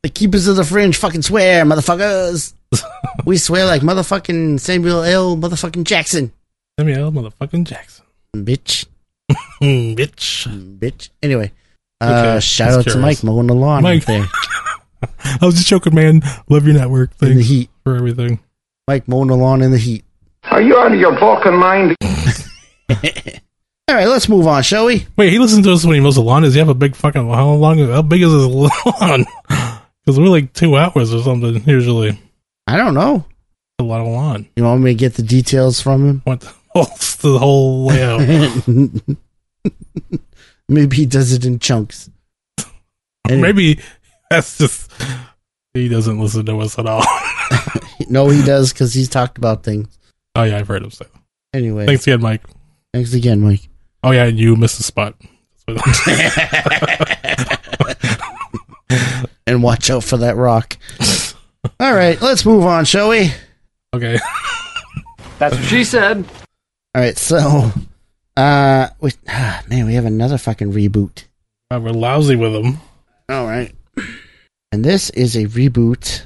[SPEAKER 2] the keepers of the fringe fucking swear, motherfuckers. we swear like motherfucking Samuel L. motherfucking Jackson,
[SPEAKER 3] Samuel motherfucking Jackson,
[SPEAKER 2] bitch,
[SPEAKER 3] Mm, bitch.
[SPEAKER 2] bitch. Anyway, uh,
[SPEAKER 3] Okay,
[SPEAKER 2] shout
[SPEAKER 3] just
[SPEAKER 2] out to Mike
[SPEAKER 3] curious.
[SPEAKER 2] mowing the lawn out
[SPEAKER 3] Mike.
[SPEAKER 2] there
[SPEAKER 3] I was just joking, man. Love your network.
[SPEAKER 2] in the
[SPEAKER 3] Thanks
[SPEAKER 2] heat.
[SPEAKER 3] for everything.
[SPEAKER 2] Mike mowing the lawn in the heat.
[SPEAKER 6] Are you out of your fucking mind?
[SPEAKER 2] All right, let's move on, shall we?
[SPEAKER 3] Wait, he listens to us when he mows the lawn. Does he have a big fucking how long? How big is his lawn? Because we're like two hours or something usually.
[SPEAKER 2] I don't know.
[SPEAKER 3] A lot of lawn.
[SPEAKER 2] You want me to get the details from him?
[SPEAKER 3] What the whole the whole layout?
[SPEAKER 2] Maybe he does it in chunks. Anyway,
[SPEAKER 3] Maybe that's just he doesn't listen to us at all.
[SPEAKER 2] no, he does because he's talked about things.
[SPEAKER 3] oh yeah, I've heard him say. that.
[SPEAKER 2] Anyway, thanks,
[SPEAKER 3] Thanks again, Mike.
[SPEAKER 2] again, Mike.
[SPEAKER 3] Oh yeah, and you missed the spot.
[SPEAKER 2] And watch out for that rock. All right, let's move on, shall we?
[SPEAKER 3] okay,
[SPEAKER 4] That's what she said.
[SPEAKER 2] All right, so, uh, we, ah, man, we have another fucking reboot.
[SPEAKER 3] God, we're lousy with him.
[SPEAKER 2] All right. And this is a reboot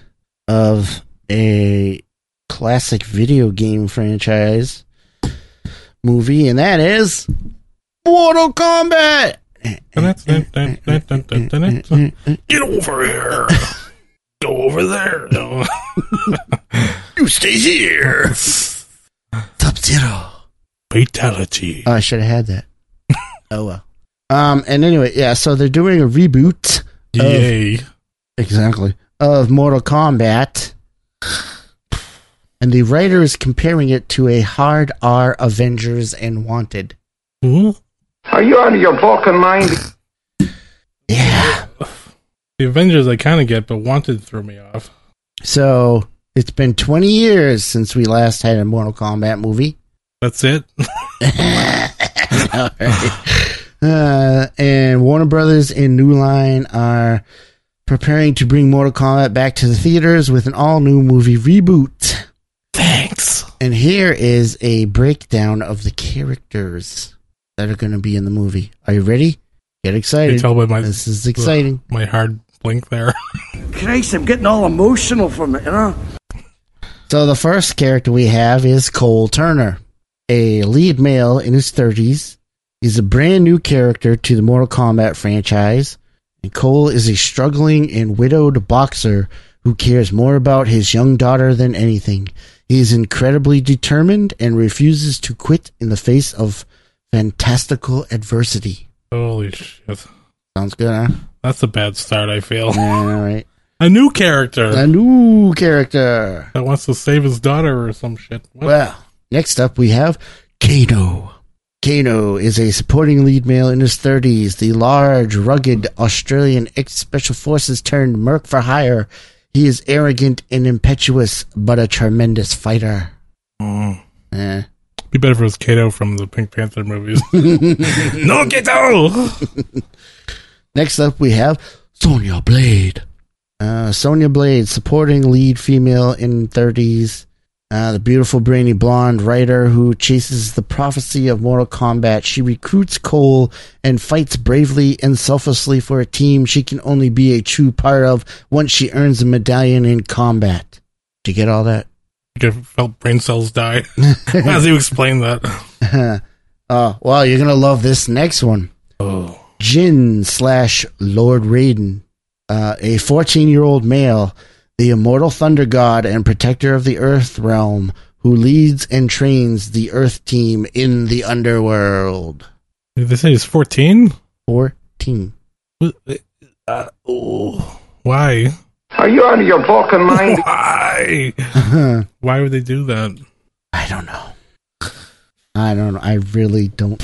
[SPEAKER 2] of a classic video game franchise movie, and that is Mortal Kombat.
[SPEAKER 3] Get over here. Go over there. No.
[SPEAKER 2] You stay here. Sub Zero.
[SPEAKER 3] Fatality.
[SPEAKER 2] Oh, I should have had that. oh well. Um. And anyway, yeah. So they're doing a reboot.
[SPEAKER 3] Uh, Yay.
[SPEAKER 2] Exactly. Of Mortal Kombat. And the writer is comparing it to a hard R Avengers and Wanted.
[SPEAKER 3] Huh?
[SPEAKER 6] Are you out of your fucking mind?
[SPEAKER 2] Yeah.
[SPEAKER 3] The Avengers I kind of get, but Wanted threw me off.
[SPEAKER 2] So it's been 20 years since we last had a Mortal Kombat movie.
[SPEAKER 3] That's it.
[SPEAKER 2] All right. uh, and Warner Brothers and New Line are preparing to bring Mortal Kombat back to the theaters with an all new movie reboot.
[SPEAKER 3] Thanks.
[SPEAKER 2] And here is a breakdown of the characters that are going to be in the movie. Are you ready? Get
[SPEAKER 3] You
[SPEAKER 2] excited.
[SPEAKER 3] tell by my
[SPEAKER 2] This is exciting.
[SPEAKER 3] my hard blink there.
[SPEAKER 5] Christ, I'm getting all emotional from it, you know?
[SPEAKER 2] So, the first character we have is Cole Turner, a lead male in his 30s. He's a brand new character to the Mortal Kombat franchise. And Cole is a struggling and widowed boxer who cares more about his young daughter than anything. He is incredibly determined and refuses to quit in the face of fantastical adversity.
[SPEAKER 3] Holy shit.
[SPEAKER 2] Sounds good, huh?
[SPEAKER 3] That's a bad start, I feel.
[SPEAKER 2] All right.
[SPEAKER 3] A new character
[SPEAKER 2] A new character.
[SPEAKER 3] that wants to save his daughter or some shit. What?
[SPEAKER 2] Well, next up we have Kano. Kano is a supporting lead male in his 30s. The large, rugged Australian ex special forces turned merc for hire. He is arrogant and impetuous, but a tremendous fighter. Eh.
[SPEAKER 3] Be better if it was Kato from the Pink Panther movies. no Kato.
[SPEAKER 2] Next up, we have Sonya Blade. Uh, Sonya Blade, supporting lead female in 30s. Uh, the beautiful, brainy blonde writer who chases the prophecy of Mortal Kombat. She recruits Cole and fights bravely and selflessly for a team she can only be a true part of once she earns a medallion in combat. Did you get all that?
[SPEAKER 3] You felt brain cells die as you explained that.
[SPEAKER 2] Uh, well, you're gonna love this next one.
[SPEAKER 3] Oh,
[SPEAKER 2] Jin slash Lord Raiden, uh, a 14 year old male, the immortal thunder god and protector of the earth realm, who leads and trains the earth team in the underworld.
[SPEAKER 3] did they say he's fourteen?
[SPEAKER 2] 14.
[SPEAKER 3] Uh, oh, why?
[SPEAKER 6] Are you out of your fucking mind?
[SPEAKER 3] Why? Why would they do that?
[SPEAKER 2] I don't know. I don't know. I really don't.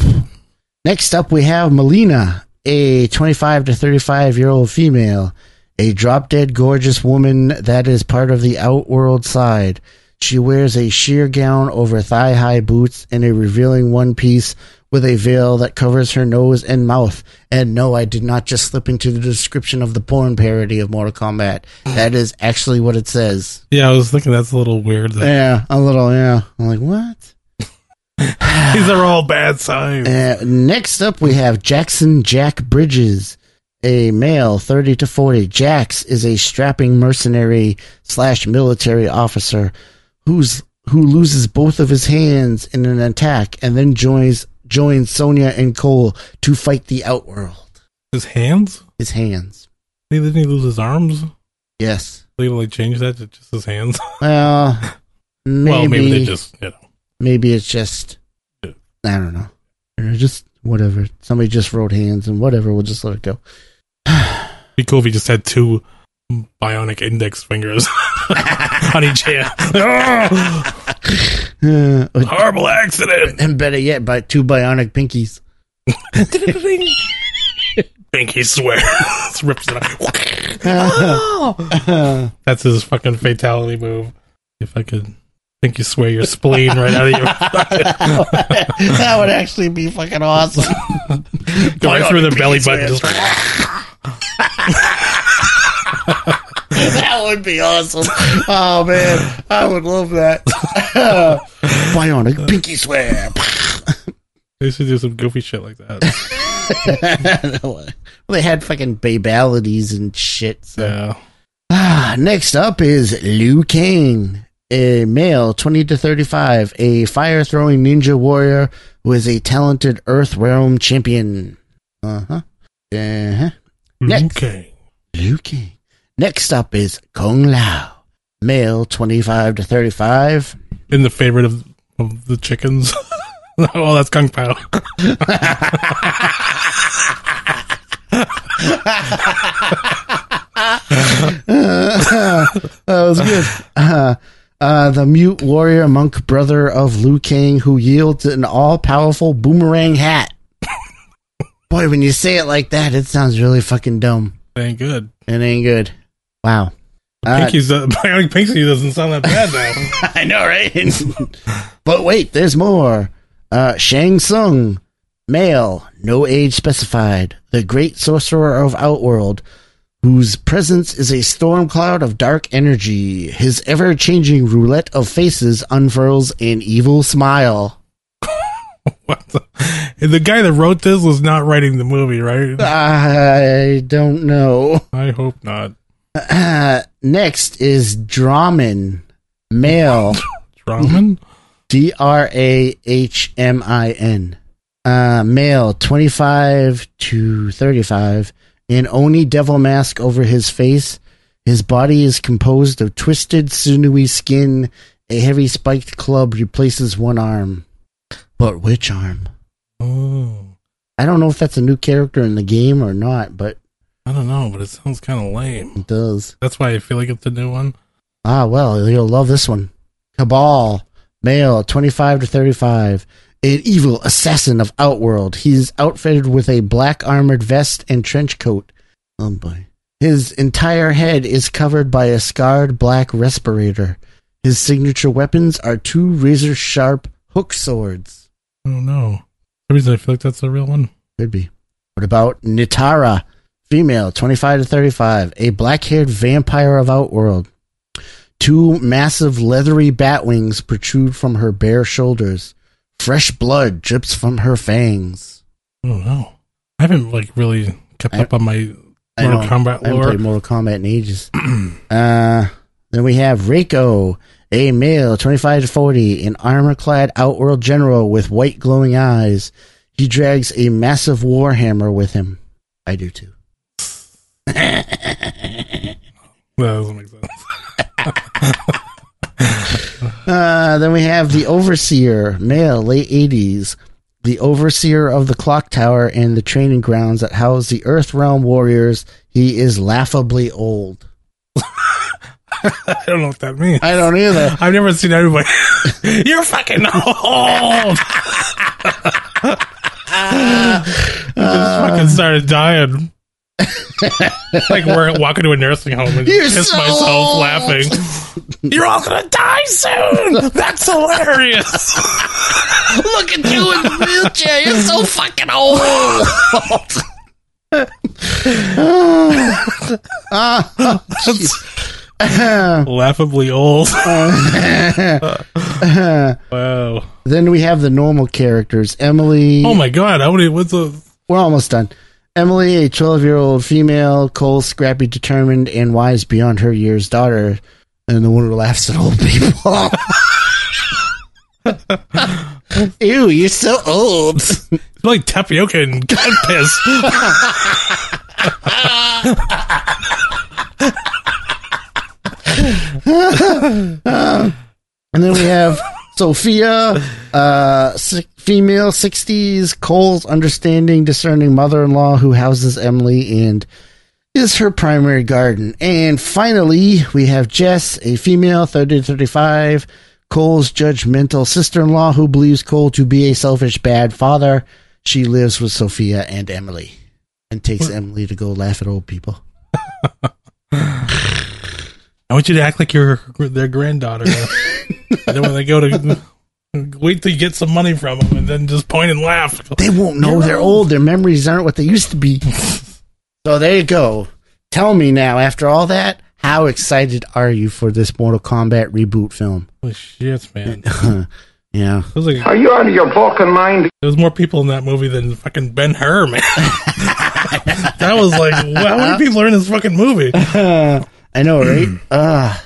[SPEAKER 2] Next up, we have Melina, a 25 to 35 year old female, a drop dead gorgeous woman that is part of the outworld side. She wears a sheer gown over thigh high boots and a revealing one piece with a veil that covers her nose and mouth. And no, I did not just slip into the description of the porn parody of Mortal Kombat. That is actually what it says.
[SPEAKER 3] Yeah, I was thinking that's a little weird. That
[SPEAKER 2] Yeah, a little, yeah. I'm like, what?
[SPEAKER 3] These are all bad signs.
[SPEAKER 2] Uh, next up, we have Jackson Jack Bridges, a male, 30 to 40. Jax is a strapping mercenary slash military officer who's who loses both of his hands in an attack and then joins joins Sonya and Cole to fight the Outworld.
[SPEAKER 3] His hands?
[SPEAKER 2] His hands.
[SPEAKER 3] He Didn't he lose his arms?
[SPEAKER 2] Yes.
[SPEAKER 3] They like change that to just his hands.
[SPEAKER 2] Well, maybe,
[SPEAKER 3] well, maybe they
[SPEAKER 2] maybe,
[SPEAKER 3] just you know.
[SPEAKER 2] it's just I don't know. Or Just whatever. Somebody just wrote hands and whatever. We'll just let it go.
[SPEAKER 3] Be cool if he just had two bionic index fingers on each hand. Oh,
[SPEAKER 2] Uh,
[SPEAKER 3] horrible accident.
[SPEAKER 2] and better yet, by two bionic pinkies.
[SPEAKER 3] Pinky swear. Just rips it out. That's his fucking fatality move. If I could think you swear your spleen right out of your
[SPEAKER 2] that would actually be fucking awesome.
[SPEAKER 3] going through the belly button just
[SPEAKER 2] that would be awesome. Oh man, I would love that. bionic pinky swear.
[SPEAKER 3] they should do some goofy shit like that.
[SPEAKER 2] well, they had fucking babalities and shit. So.
[SPEAKER 3] Yeah.
[SPEAKER 2] Ah, next up is Liu Kang, a male, 20 to 35, a fire throwing ninja warrior who is a talented Earth Realm champion. Uh huh. Uh huh. Next.
[SPEAKER 3] Okay.
[SPEAKER 2] Liu Kang. Next up is Kong Lao, male, 25 to 35.
[SPEAKER 3] In the favorite of, of the chickens. oh, that's Kung Pao.
[SPEAKER 2] Oh, That was good. Uh, uh, the mute warrior monk brother of Liu Kang who yields an all powerful boomerang hat. Boy, when you say it like that, it sounds really fucking dumb.
[SPEAKER 3] Ain't good.
[SPEAKER 2] It ain't good. Wow. Uh,
[SPEAKER 3] Pinky's uh, bionic pinky doesn't sound that bad though.
[SPEAKER 2] I know, right? but wait, there's more. Uh, Shang Tsung, male, no age specified, the great sorcerer of Outworld, whose presence is a storm cloud of dark energy. His ever changing roulette of faces unfurls an evil smile.
[SPEAKER 3] what the? And the guy that wrote this was not writing the movie, right?
[SPEAKER 2] I don't know.
[SPEAKER 3] I hope not.
[SPEAKER 2] Uh, next is Dramin, male.
[SPEAKER 3] Drummond?
[SPEAKER 2] D R A H M I N. Uh, male, 25 to 35, an Oni devil mask over his face. His body is composed of twisted, sinewy skin. A heavy spiked club replaces one arm. But which arm?
[SPEAKER 3] Oh.
[SPEAKER 2] I don't know if that's a new character in the game or not, but
[SPEAKER 3] I don't know, but it sounds kind of lame.
[SPEAKER 2] it does.
[SPEAKER 3] That's why I feel like it's a new one.
[SPEAKER 2] Ah, well, you'll love this one. Cabal, male, 25 to 35, an evil assassin of Outworld. He's outfitted with a black armored vest and trench coat. Oh boy. His entire head is covered by a scarred black respirator. His signature weapons are two razor sharp hook swords.
[SPEAKER 3] Oh no. For some reason I feel like that's a real one.
[SPEAKER 2] Could be. What about Nitara? Female, 25 to 35, a black haired vampire of Outworld. Two massive leathery bat wings protrude from her bare shoulders. Fresh blood drips from her fangs.
[SPEAKER 3] Oh no. I haven't like really kept
[SPEAKER 2] I-
[SPEAKER 3] up on my
[SPEAKER 2] I
[SPEAKER 3] Mortal
[SPEAKER 2] don't-
[SPEAKER 3] Kombat
[SPEAKER 2] I haven't
[SPEAKER 3] lore.
[SPEAKER 2] played Mortal Kombat in ages. uh, then we have Reiko, a male, 25 to 40, an armor clad outworld general with white glowing eyes. He drags a massive warhammer with him. I do too.
[SPEAKER 3] That doesn't make sense.
[SPEAKER 2] Uh, then we have the Overseer, male, late 80s, the Overseer of the Clock Tower and the training grounds that house the Earth Realm Warriors. He is laughably old.
[SPEAKER 3] I don't know what that means.
[SPEAKER 2] I don't either.
[SPEAKER 3] I've never seen everybody. You're fucking old. I just fucking started dying. like we're walking to a nursing home and
[SPEAKER 2] You're
[SPEAKER 3] piss
[SPEAKER 2] so
[SPEAKER 3] myself
[SPEAKER 2] old.
[SPEAKER 3] laughing. You're all gonna die soon. That's hilarious.
[SPEAKER 2] Look at you in the wheelchair. You're so fucking old.
[SPEAKER 3] Laughably old.
[SPEAKER 2] Uh,
[SPEAKER 3] wow.
[SPEAKER 2] then we have the normal characters. Emily.
[SPEAKER 3] Oh my god. How many? What's the?
[SPEAKER 2] We're almost done. Emily, a 12 year old female, cold, scrappy, determined, and wise beyond her years daughter, and the one who laughs at old people. Ew, you're so old.
[SPEAKER 3] Like tapioca and cat piss.
[SPEAKER 2] And then we have Sophia, uh, si- female, 60s, Cole's understanding, discerning mother in law who houses Emily and is her primary garden. And finally, we have Jess, a female, 30 to 35, Cole's judgmental sister in law who believes Cole to be a selfish, bad father. She lives with Sophia and Emily and takes Emily to go laugh at old people.
[SPEAKER 3] I want you to act like you're their granddaughter. and then when they go to wait till you get some money from them, and then just point and laugh.
[SPEAKER 2] They won't know they're old. Their memories aren't what they used to be. so there you go. Tell me now, after all that, how excited are you for this Mortal Kombat reboot film?
[SPEAKER 3] Holy shit, man! It
[SPEAKER 2] Yeah.
[SPEAKER 3] was like
[SPEAKER 6] Are you out of your fucking mind?
[SPEAKER 3] there's more people in that movie than fucking Ben Hur, man. that was like, wow, how many people are in this fucking movie?
[SPEAKER 2] I know, right? Ah,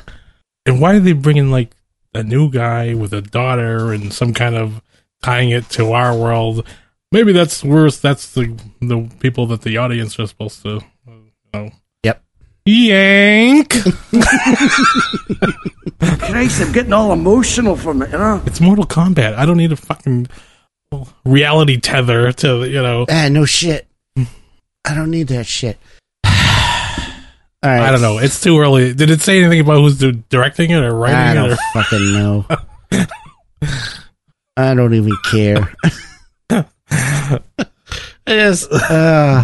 [SPEAKER 3] And why did they bring in like a new guy with a daughter and some kind of tying it to our world? Maybe that's worse. That's the the people that the audience are supposed to. uh, know.
[SPEAKER 2] Yep.
[SPEAKER 3] Yank.
[SPEAKER 5] Christ, I'm getting all emotional from it, you know?
[SPEAKER 3] It's Mortal Kombat. I don't need a fucking reality tether to you know.
[SPEAKER 2] ah, no shit. I don't need that shit. all right.
[SPEAKER 3] I don't know. It's too early. Did it say anything about who's di- directing it or
[SPEAKER 2] I
[SPEAKER 3] writing it?
[SPEAKER 2] don't
[SPEAKER 3] Or,
[SPEAKER 2] fucking know. I don't even care. I just uh,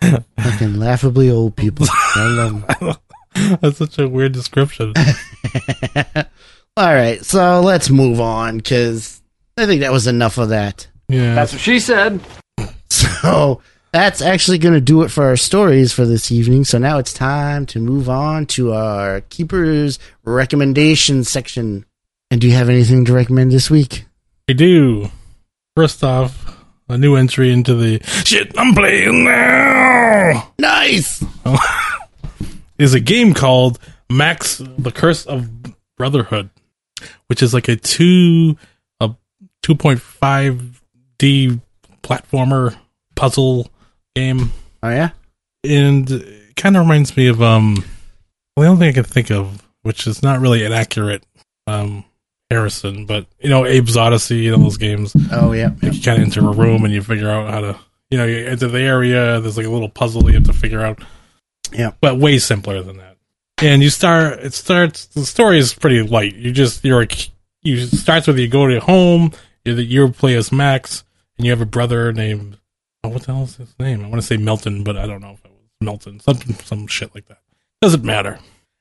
[SPEAKER 2] fucking laughably old people. I love 'em.
[SPEAKER 3] that's such a weird description.
[SPEAKER 2] All right, so let's move on because I think that was enough of that.
[SPEAKER 3] Yeah.
[SPEAKER 4] That's what she said.
[SPEAKER 2] So that's actually going to do it for our stories for this evening. So now it's time to move on to our keepers recommendation section. And do you have anything to recommend this week?
[SPEAKER 3] I do. First off, a new entry into the shit I'm playing now
[SPEAKER 2] Nice.
[SPEAKER 3] is a game called Max: The Curse of Brotherhood, which is like a two a two point five D platformer puzzle game.
[SPEAKER 2] Oh yeah.
[SPEAKER 3] and it kind of reminds me of um well, the only thing I can think of, which is not really an accurate um Harrison, but you know Abe's Odyssey and all those games.
[SPEAKER 2] Oh yeah.
[SPEAKER 3] Like you kind of enter a room and you figure out how to you know you enter the area. There's like a little puzzle you have to figure out.
[SPEAKER 2] Yeah.
[SPEAKER 3] but way simpler than that. And you start. It starts. The story is pretty light. You just you're a, you it starts with you go to your home. You're the, you play as Max, and you have a brother named oh, what the hell is his name? I want to say Melton, but I don't know if it was Melton. Something, some shit like that. Doesn't matter.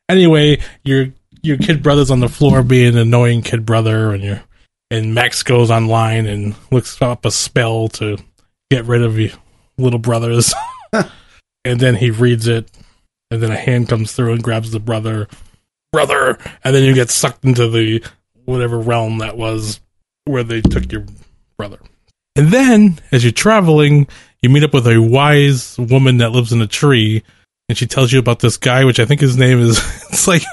[SPEAKER 3] Anyway, your your kid brother's on the floor being an annoying kid brother, and your and Max goes online and looks up a spell to get rid of your little brothers, and then he reads it, and then a hand comes through and grabs the brother, brother, and then you get sucked into the whatever realm that was where they took your brother. And then, as you're traveling, you meet up with a wise woman that lives in a tree, and she tells you about this guy, which I think his name is it's like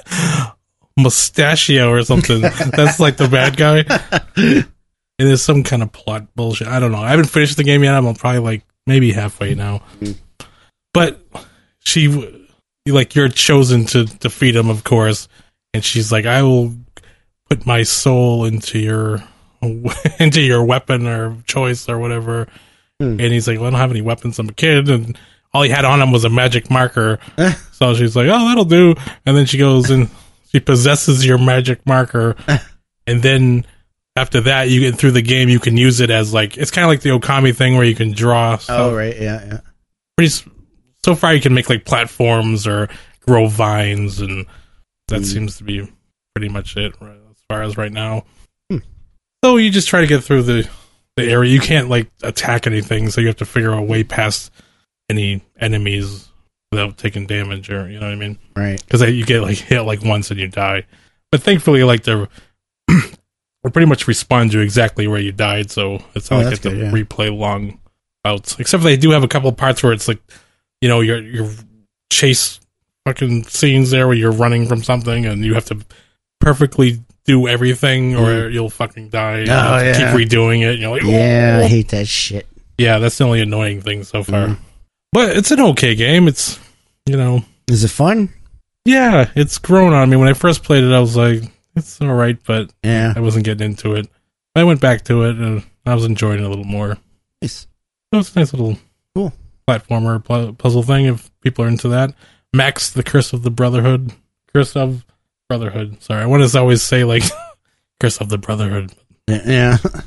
[SPEAKER 3] Mustachio or something. That's like the bad guy. It is some kind of plot bullshit. I don't know. I haven't finished the game yet. I'm probably like maybe halfway now. But she, w- like, you're chosen to defeat him, of course. And she's like, I will put my soul into your into your weapon or choice or whatever. And he's like, well, I don't have any weapons. I'm a kid, and all he had on him was a magic marker. so she's like, oh, that'll do. And then she goes and she possesses your magic marker, and then after that, you get through the game. You can use it as like it's kind of like the Okami thing where you can draw. stuff.
[SPEAKER 2] Oh, right. Yeah, yeah.
[SPEAKER 3] pretty s- so far, you can make like platforms or grow vines, and that seems to be pretty much it right, as far as right now. So you just try to get through the the area. You can't like attack anything, so you have to figure a way past any enemies without taking damage, or you know what I mean
[SPEAKER 2] Right.
[SPEAKER 3] because you get like hit like once and you die. But thankfully, like they're they pretty much respond to exactly where you died, so it's
[SPEAKER 2] Oh,
[SPEAKER 3] not like you have
[SPEAKER 2] that's
[SPEAKER 3] to
[SPEAKER 2] good, yeah.
[SPEAKER 3] replay long outs. Except for they do have a couple parts where it's like you know your your chase fucking scenes there where you're running from something and you have to perfectly do everything or you'll fucking die. You have to
[SPEAKER 2] Mm-hmm. Oh, yeah.
[SPEAKER 3] Keep redoing it. You're like,
[SPEAKER 2] Yeah, Mm-hmm. I hate that shit.
[SPEAKER 3] yeah. That's the only annoying thing so far. But it's an okay game. It's you know
[SPEAKER 2] Is it fun?
[SPEAKER 3] yeah, it's grown on me. When I first played it, I was like, it's all right, but
[SPEAKER 2] Yeah.
[SPEAKER 3] I wasn't getting into it. I went back to it and I was enjoying it a little more.
[SPEAKER 2] Nice.
[SPEAKER 3] So it's a nice little
[SPEAKER 2] Cool.
[SPEAKER 3] platformer pu- puzzle thing if people are into that. Max, the Curse of the Brotherhood. Curse of Brotherhood. Sorry, I want to always say, like, Curse of the Brotherhood.
[SPEAKER 2] Yeah, Yeah.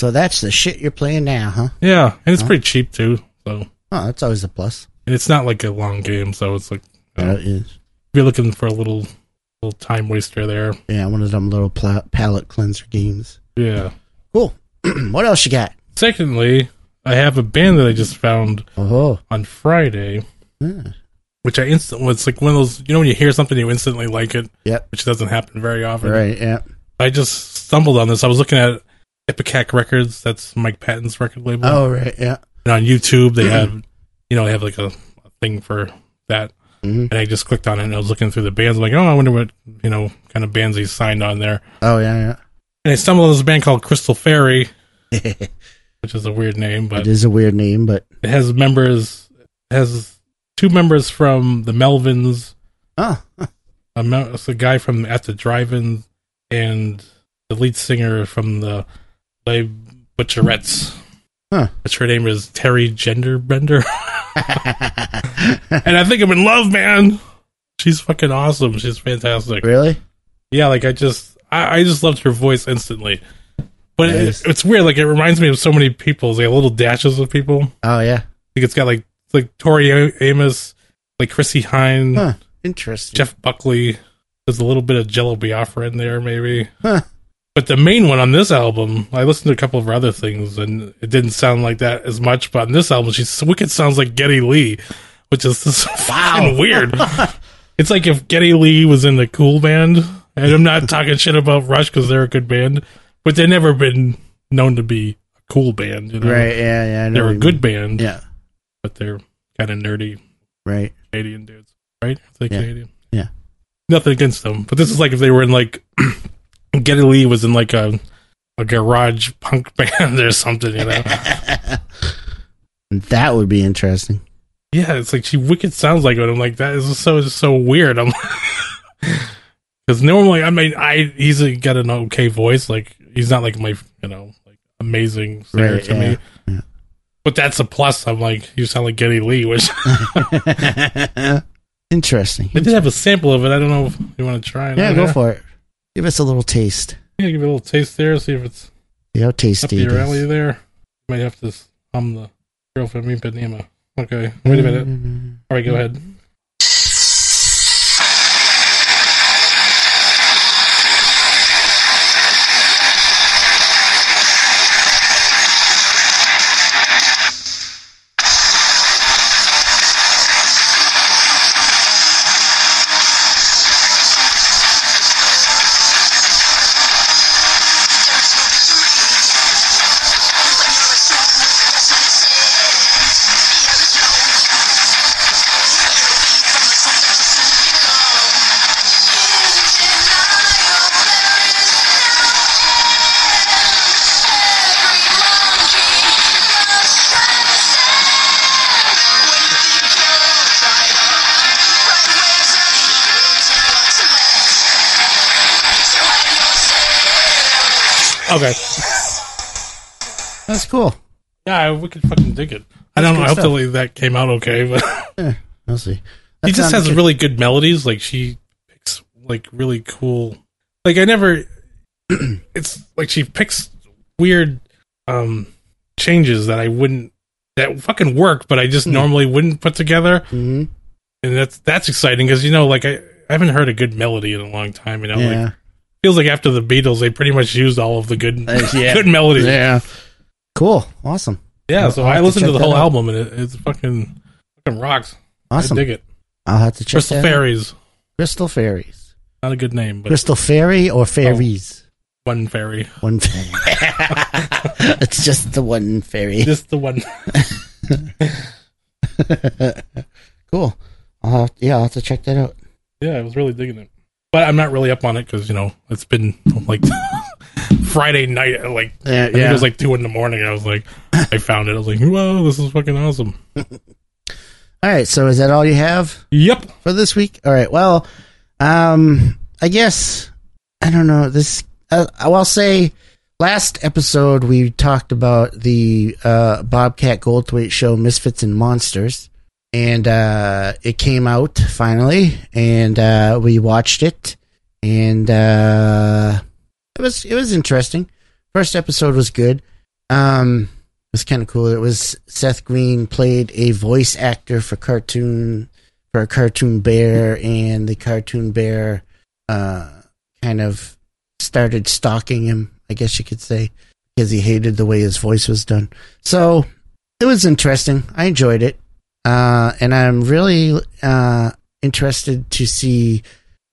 [SPEAKER 2] So that's the shit you're playing now, huh?
[SPEAKER 3] Yeah, and it's pretty cheap too. So,
[SPEAKER 2] Oh, that's always a plus.
[SPEAKER 3] and it's not like a long game, so it's like,
[SPEAKER 2] Yeah, it is.
[SPEAKER 3] if you're looking for a little, little time waster there.
[SPEAKER 2] Yeah, one of them little pla- palette cleanser games.
[SPEAKER 3] Yeah.
[SPEAKER 2] Cool. what else you got?
[SPEAKER 3] Secondly, I have a band that I just found
[SPEAKER 2] Oh,
[SPEAKER 3] on Friday,
[SPEAKER 2] yeah.
[SPEAKER 3] which I instantly, it's like one of those, you know, when you hear something, you instantly like it,
[SPEAKER 2] yep.
[SPEAKER 3] which doesn't happen very often.
[SPEAKER 2] Right. Yeah.
[SPEAKER 3] I just stumbled on this. I was looking at Ipecac Records, that's Mike Patton's record label.
[SPEAKER 2] Oh, Hmm. right. Yeah.
[SPEAKER 3] And on YouTube, they have, you know, they have like a, a thing for that.
[SPEAKER 2] Mhm.
[SPEAKER 3] And I just clicked on it and I was looking through the bands. I'm like, oh, I wonder what, you know, kind of bands he signed on there.
[SPEAKER 2] Oh, yeah.
[SPEAKER 3] And I stumbled on this band called Crystal Fairy,
[SPEAKER 2] Yeah.
[SPEAKER 3] which is a weird name, but
[SPEAKER 2] it is a weird name, but
[SPEAKER 3] It has members it has two members from the Melvins,
[SPEAKER 2] oh,
[SPEAKER 3] a, mel- it's a guy from at the drive-in, and the lead singer from the Les Butcherettes.
[SPEAKER 2] Huh.
[SPEAKER 3] Which her name is Terry Genderbender, and I think I'm in love, man. She's fucking awesome. She's fantastic.
[SPEAKER 2] really?
[SPEAKER 3] Yeah, like I just, I, I just loved her voice instantly. But it-
[SPEAKER 2] Nice.
[SPEAKER 3] it's weird. Like it reminds me of so many people. They have little dashes of people.
[SPEAKER 2] Oh, yeah.
[SPEAKER 3] Like it's got like like Tori A- Amos, like Chrissy Hine,
[SPEAKER 2] Huh. Interesting.
[SPEAKER 3] Jeff Buckley. There's a little bit of Jello Biafra in there, maybe.
[SPEAKER 2] Huh.
[SPEAKER 3] But the main one on this album, I listened to a couple of her other things, and it didn't sound like that as much. But on this album, she's wicked sounds like Getty Lee, which is this fucking weird. it's like if Getty Lee was in the cool band, and I'm not talking shit about Rush because they're a good band, but they've never been known to be a cool band. You know?
[SPEAKER 2] Right. Yeah. Yeah. I know
[SPEAKER 3] They're
[SPEAKER 2] what
[SPEAKER 3] a
[SPEAKER 2] you
[SPEAKER 3] good band,
[SPEAKER 2] mean. Yeah.
[SPEAKER 3] but they're kind of nerdy
[SPEAKER 2] Right.
[SPEAKER 3] Canadian dudes, right? If they're
[SPEAKER 2] Yeah.
[SPEAKER 3] Canadian.
[SPEAKER 2] Yeah.
[SPEAKER 3] Nothing against them, but this is like if they were in like Getty Lee was in like a a garage punk band or something, you know?
[SPEAKER 2] That would be interesting.
[SPEAKER 3] yeah, it's like she wicked sounds like it. I'm like that is so so weird. I'm because normally I mean I he's a, got an okay voice, like he's not like my you know like amazing singer
[SPEAKER 2] Right,
[SPEAKER 3] to
[SPEAKER 2] yeah,
[SPEAKER 3] me.
[SPEAKER 2] yeah.
[SPEAKER 3] But that's a plus. I'm like, you sound like Getty Lee, which
[SPEAKER 2] interesting.
[SPEAKER 3] I did have a sample of it. I don't know if you want to try it.
[SPEAKER 2] Yeah,
[SPEAKER 3] on
[SPEAKER 2] go
[SPEAKER 3] here.
[SPEAKER 2] for it. Give us a little taste.
[SPEAKER 3] Yeah, give it a little taste there, see if it's
[SPEAKER 2] See how
[SPEAKER 3] Up
[SPEAKER 2] tasty it
[SPEAKER 3] your
[SPEAKER 2] is.
[SPEAKER 3] alley there. might have to s- hum the girl from Me Panama. Okay, wait a minute. All right, go ahead. Okay.
[SPEAKER 2] That's cool.
[SPEAKER 3] Yeah, we could fucking dig it. I
[SPEAKER 2] That's
[SPEAKER 3] don't know.
[SPEAKER 2] good stuff.
[SPEAKER 3] Hopefully that came out okay, but
[SPEAKER 2] Yeah, I'll see.
[SPEAKER 3] he
[SPEAKER 2] That
[SPEAKER 3] just
[SPEAKER 2] sounded
[SPEAKER 3] has
[SPEAKER 2] good.
[SPEAKER 3] really good melodies. Like she picks like really cool. Like I never. it's like she picks weird um changes that I wouldn't that fucking work, but I just
[SPEAKER 2] Hmm.
[SPEAKER 3] normally wouldn't put together,
[SPEAKER 2] Mhm.
[SPEAKER 3] and that's that's exciting because you know like I. I haven't heard a good melody in a long time. You know, like
[SPEAKER 2] Yeah.
[SPEAKER 3] feels like after the Beatles, they pretty much used all of the good,
[SPEAKER 2] Uh, yeah.
[SPEAKER 3] good melodies. Yeah,
[SPEAKER 2] Yeah. Cool. Awesome.
[SPEAKER 3] so
[SPEAKER 2] I'll have
[SPEAKER 3] I
[SPEAKER 2] to
[SPEAKER 3] listened to
[SPEAKER 2] check
[SPEAKER 3] the
[SPEAKER 2] that
[SPEAKER 3] whole
[SPEAKER 2] out.
[SPEAKER 3] album, and it, it's fucking fucking rocks.
[SPEAKER 2] Awesome.
[SPEAKER 3] I dig it.
[SPEAKER 2] I'll have to check
[SPEAKER 3] Crystal
[SPEAKER 2] that out.
[SPEAKER 3] Fairies,
[SPEAKER 2] Crystal fairies.
[SPEAKER 3] not a good name, but
[SPEAKER 2] Crystal fairy or fairies?
[SPEAKER 3] Oh. one fairy,
[SPEAKER 2] One fairy. it's just the one fairy.
[SPEAKER 3] just the one.
[SPEAKER 2] cool. I'll have, yeah, I'll have to check that out.
[SPEAKER 3] Yeah, I was really digging it, but I'm not really up on it because you know it's been like Friday night at like
[SPEAKER 2] Uh, yeah.
[SPEAKER 3] I think it was like two in the morning. I was like, I found it. I was like, whoa, this is fucking awesome.
[SPEAKER 2] all right, so is that all you have?
[SPEAKER 3] Yep.
[SPEAKER 2] for this week. All right. Well, um, I guess I don't know this. Uh, I will say, last episode we talked about the uh, Bobcat Goldthwait show, Misfits and Monsters, and uh, it came out finally, and uh, we watched it, and uh, it was it was interesting. First episode was good. Um, it was kind of cool. It was Seth Green played a voice actor for cartoon for a cartoon bear, and the cartoon bear uh, kind of started stalking him, I guess you could say, because he hated the way his voice was done. So it was interesting. I enjoyed it. Uh, and I'm really uh, interested to see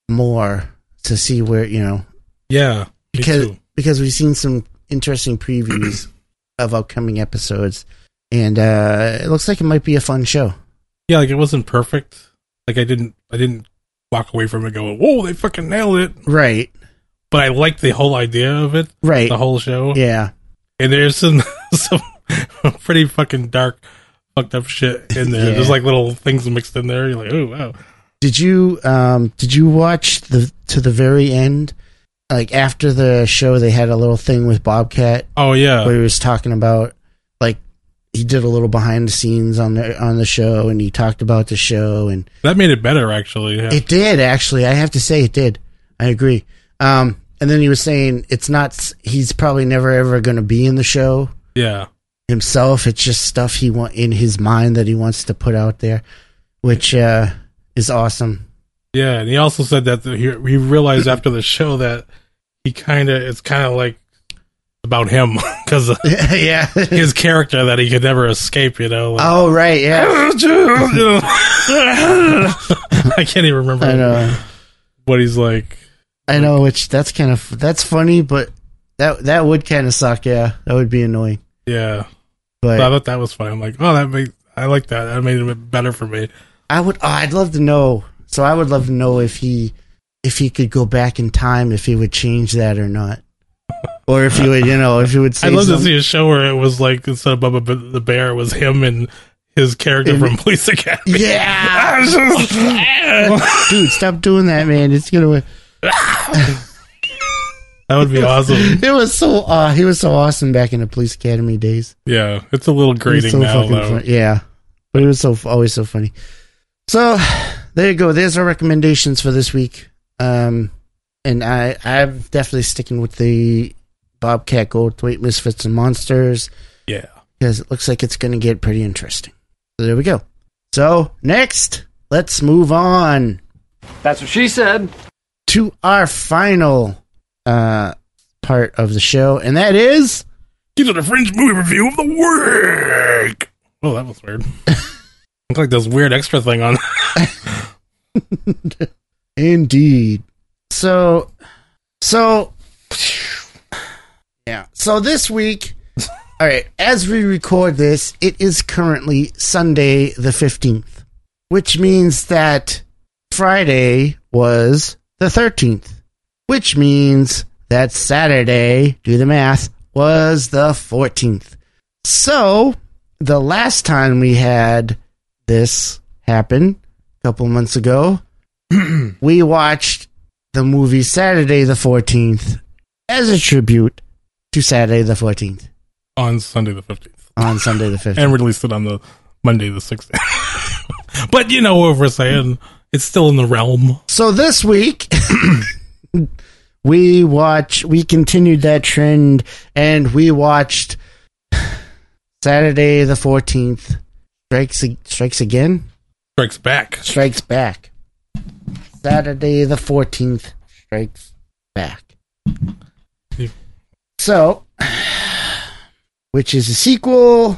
[SPEAKER 2] more, to see where, you know,
[SPEAKER 3] Yeah. Me
[SPEAKER 2] because
[SPEAKER 3] too.
[SPEAKER 2] because we've seen some interesting previews of upcoming episodes. And uh, it looks like it might be a fun show.
[SPEAKER 3] Yeah, like it wasn't perfect. Like I didn't, I didn't walk away from it going, whoa, they fucking nailed it.
[SPEAKER 2] Right.
[SPEAKER 3] But I liked the whole idea of it,
[SPEAKER 2] Right.
[SPEAKER 3] the whole show.
[SPEAKER 2] yeah.
[SPEAKER 3] and there's some some pretty fucking dark, fucked up shit in there.
[SPEAKER 2] Yeah.
[SPEAKER 3] There's like little things mixed in there. You're like, oh wow,
[SPEAKER 2] Did you um did you watch the to the very end? Like after the show they had a little thing with Bobcat
[SPEAKER 3] oh yeah,
[SPEAKER 2] where he was talking about like he did a little behind the scenes on the on the show and he talked about the show and
[SPEAKER 3] that made it better actually. Yeah.
[SPEAKER 2] it did actually. I have to say it did. I agree. Um and then he was saying it's not he's probably never ever going to be in the show
[SPEAKER 3] yeah,
[SPEAKER 2] himself. It's just stuff he want in his mind that he wants to put out there, which uh is awesome.
[SPEAKER 3] yeah. And he also said that the, he he realized after the show that he kind of it's kind of like about him because
[SPEAKER 2] yeah.
[SPEAKER 3] his character that he could never escape. You know. Like,
[SPEAKER 2] Oh right, yeah.
[SPEAKER 3] I can't even remember
[SPEAKER 2] I know.
[SPEAKER 3] what he's like.
[SPEAKER 2] I know. Which that's kind of that's funny, but that that would kind of suck. Yeah, that would be annoying.
[SPEAKER 3] Yeah,
[SPEAKER 2] But
[SPEAKER 3] so I thought that was funny. I'm like, oh, that made I like that. That made it better for me.
[SPEAKER 2] I would. oh, I'd love to know. So I would love to know if he if he could go back in time, if he would change that or not, or if he would, you know, if he would say.
[SPEAKER 3] I love to
[SPEAKER 2] some-
[SPEAKER 3] see a show where it was like instead of Bubba B- the Bear, it was him and his character from Police Academy.
[SPEAKER 2] Yeah,
[SPEAKER 3] I was just-
[SPEAKER 2] dude, stop doing that, man. It's gonna.
[SPEAKER 3] that would be awesome.
[SPEAKER 2] It was so. uh He was so awesome back in the police academy days.
[SPEAKER 3] Yeah, it's a little
[SPEAKER 2] He was
[SPEAKER 3] grating now
[SPEAKER 2] fucking
[SPEAKER 3] though.
[SPEAKER 2] fun- Yeah, but it was so always so funny. So there you go. There's our recommendations for this week. Um, and I I'm definitely sticking with the Bobcat Goldthwait, Misfits and Monsters,
[SPEAKER 3] Yeah.
[SPEAKER 2] because it looks like it's going to get pretty interesting. So there we go. So next, let's move on
[SPEAKER 4] That's what she said.
[SPEAKER 2] to our final uh, part of the show, and that is
[SPEAKER 3] These are the Fringe movie review of the week. Oh, that was weird. Looked like this weird extra thing on.
[SPEAKER 2] Indeed. So, so, yeah. So this week, all right, as we record this, it is currently Sunday the 15th, which means that Friday was the 13th, which means that Saturday, do the math, was the 14th. So, the last time we had this happen, a couple months ago, we watched the movie Saturday the 14th as a tribute to Saturday the 14th
[SPEAKER 3] on Sunday the 15th
[SPEAKER 2] on Sunday the 15th.
[SPEAKER 3] and released it on the Monday the 16th. but you know what we're saying. It's still in the realm.
[SPEAKER 2] So this week we watch we continued that trend and we watched Saturday the 14th strikes A- strikes again
[SPEAKER 3] Strikes back.
[SPEAKER 2] strikes back. Saturday the 14th strikes back. So, which is a sequel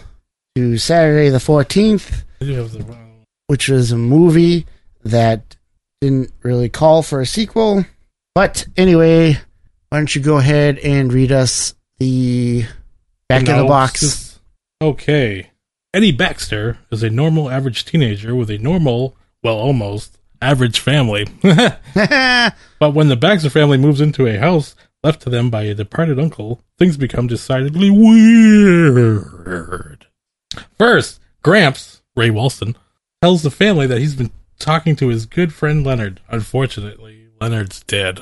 [SPEAKER 2] to Saturday the 14th,
[SPEAKER 3] I do have the wrong-
[SPEAKER 2] which was a movie that didn't really call for a sequel. But anyway, why don't you go ahead and read us the back of the box?
[SPEAKER 3] synopsis. Okay. Eddie Baxter is a normal average teenager with a normal, well, almost average family. But when the Baxter family moves into a house left to them by a departed uncle, things become decidedly weird. First, Gramps, Ray Walston, tells the family that he's been talking to his good friend Leonard. Unfortunately, Leonard's dead.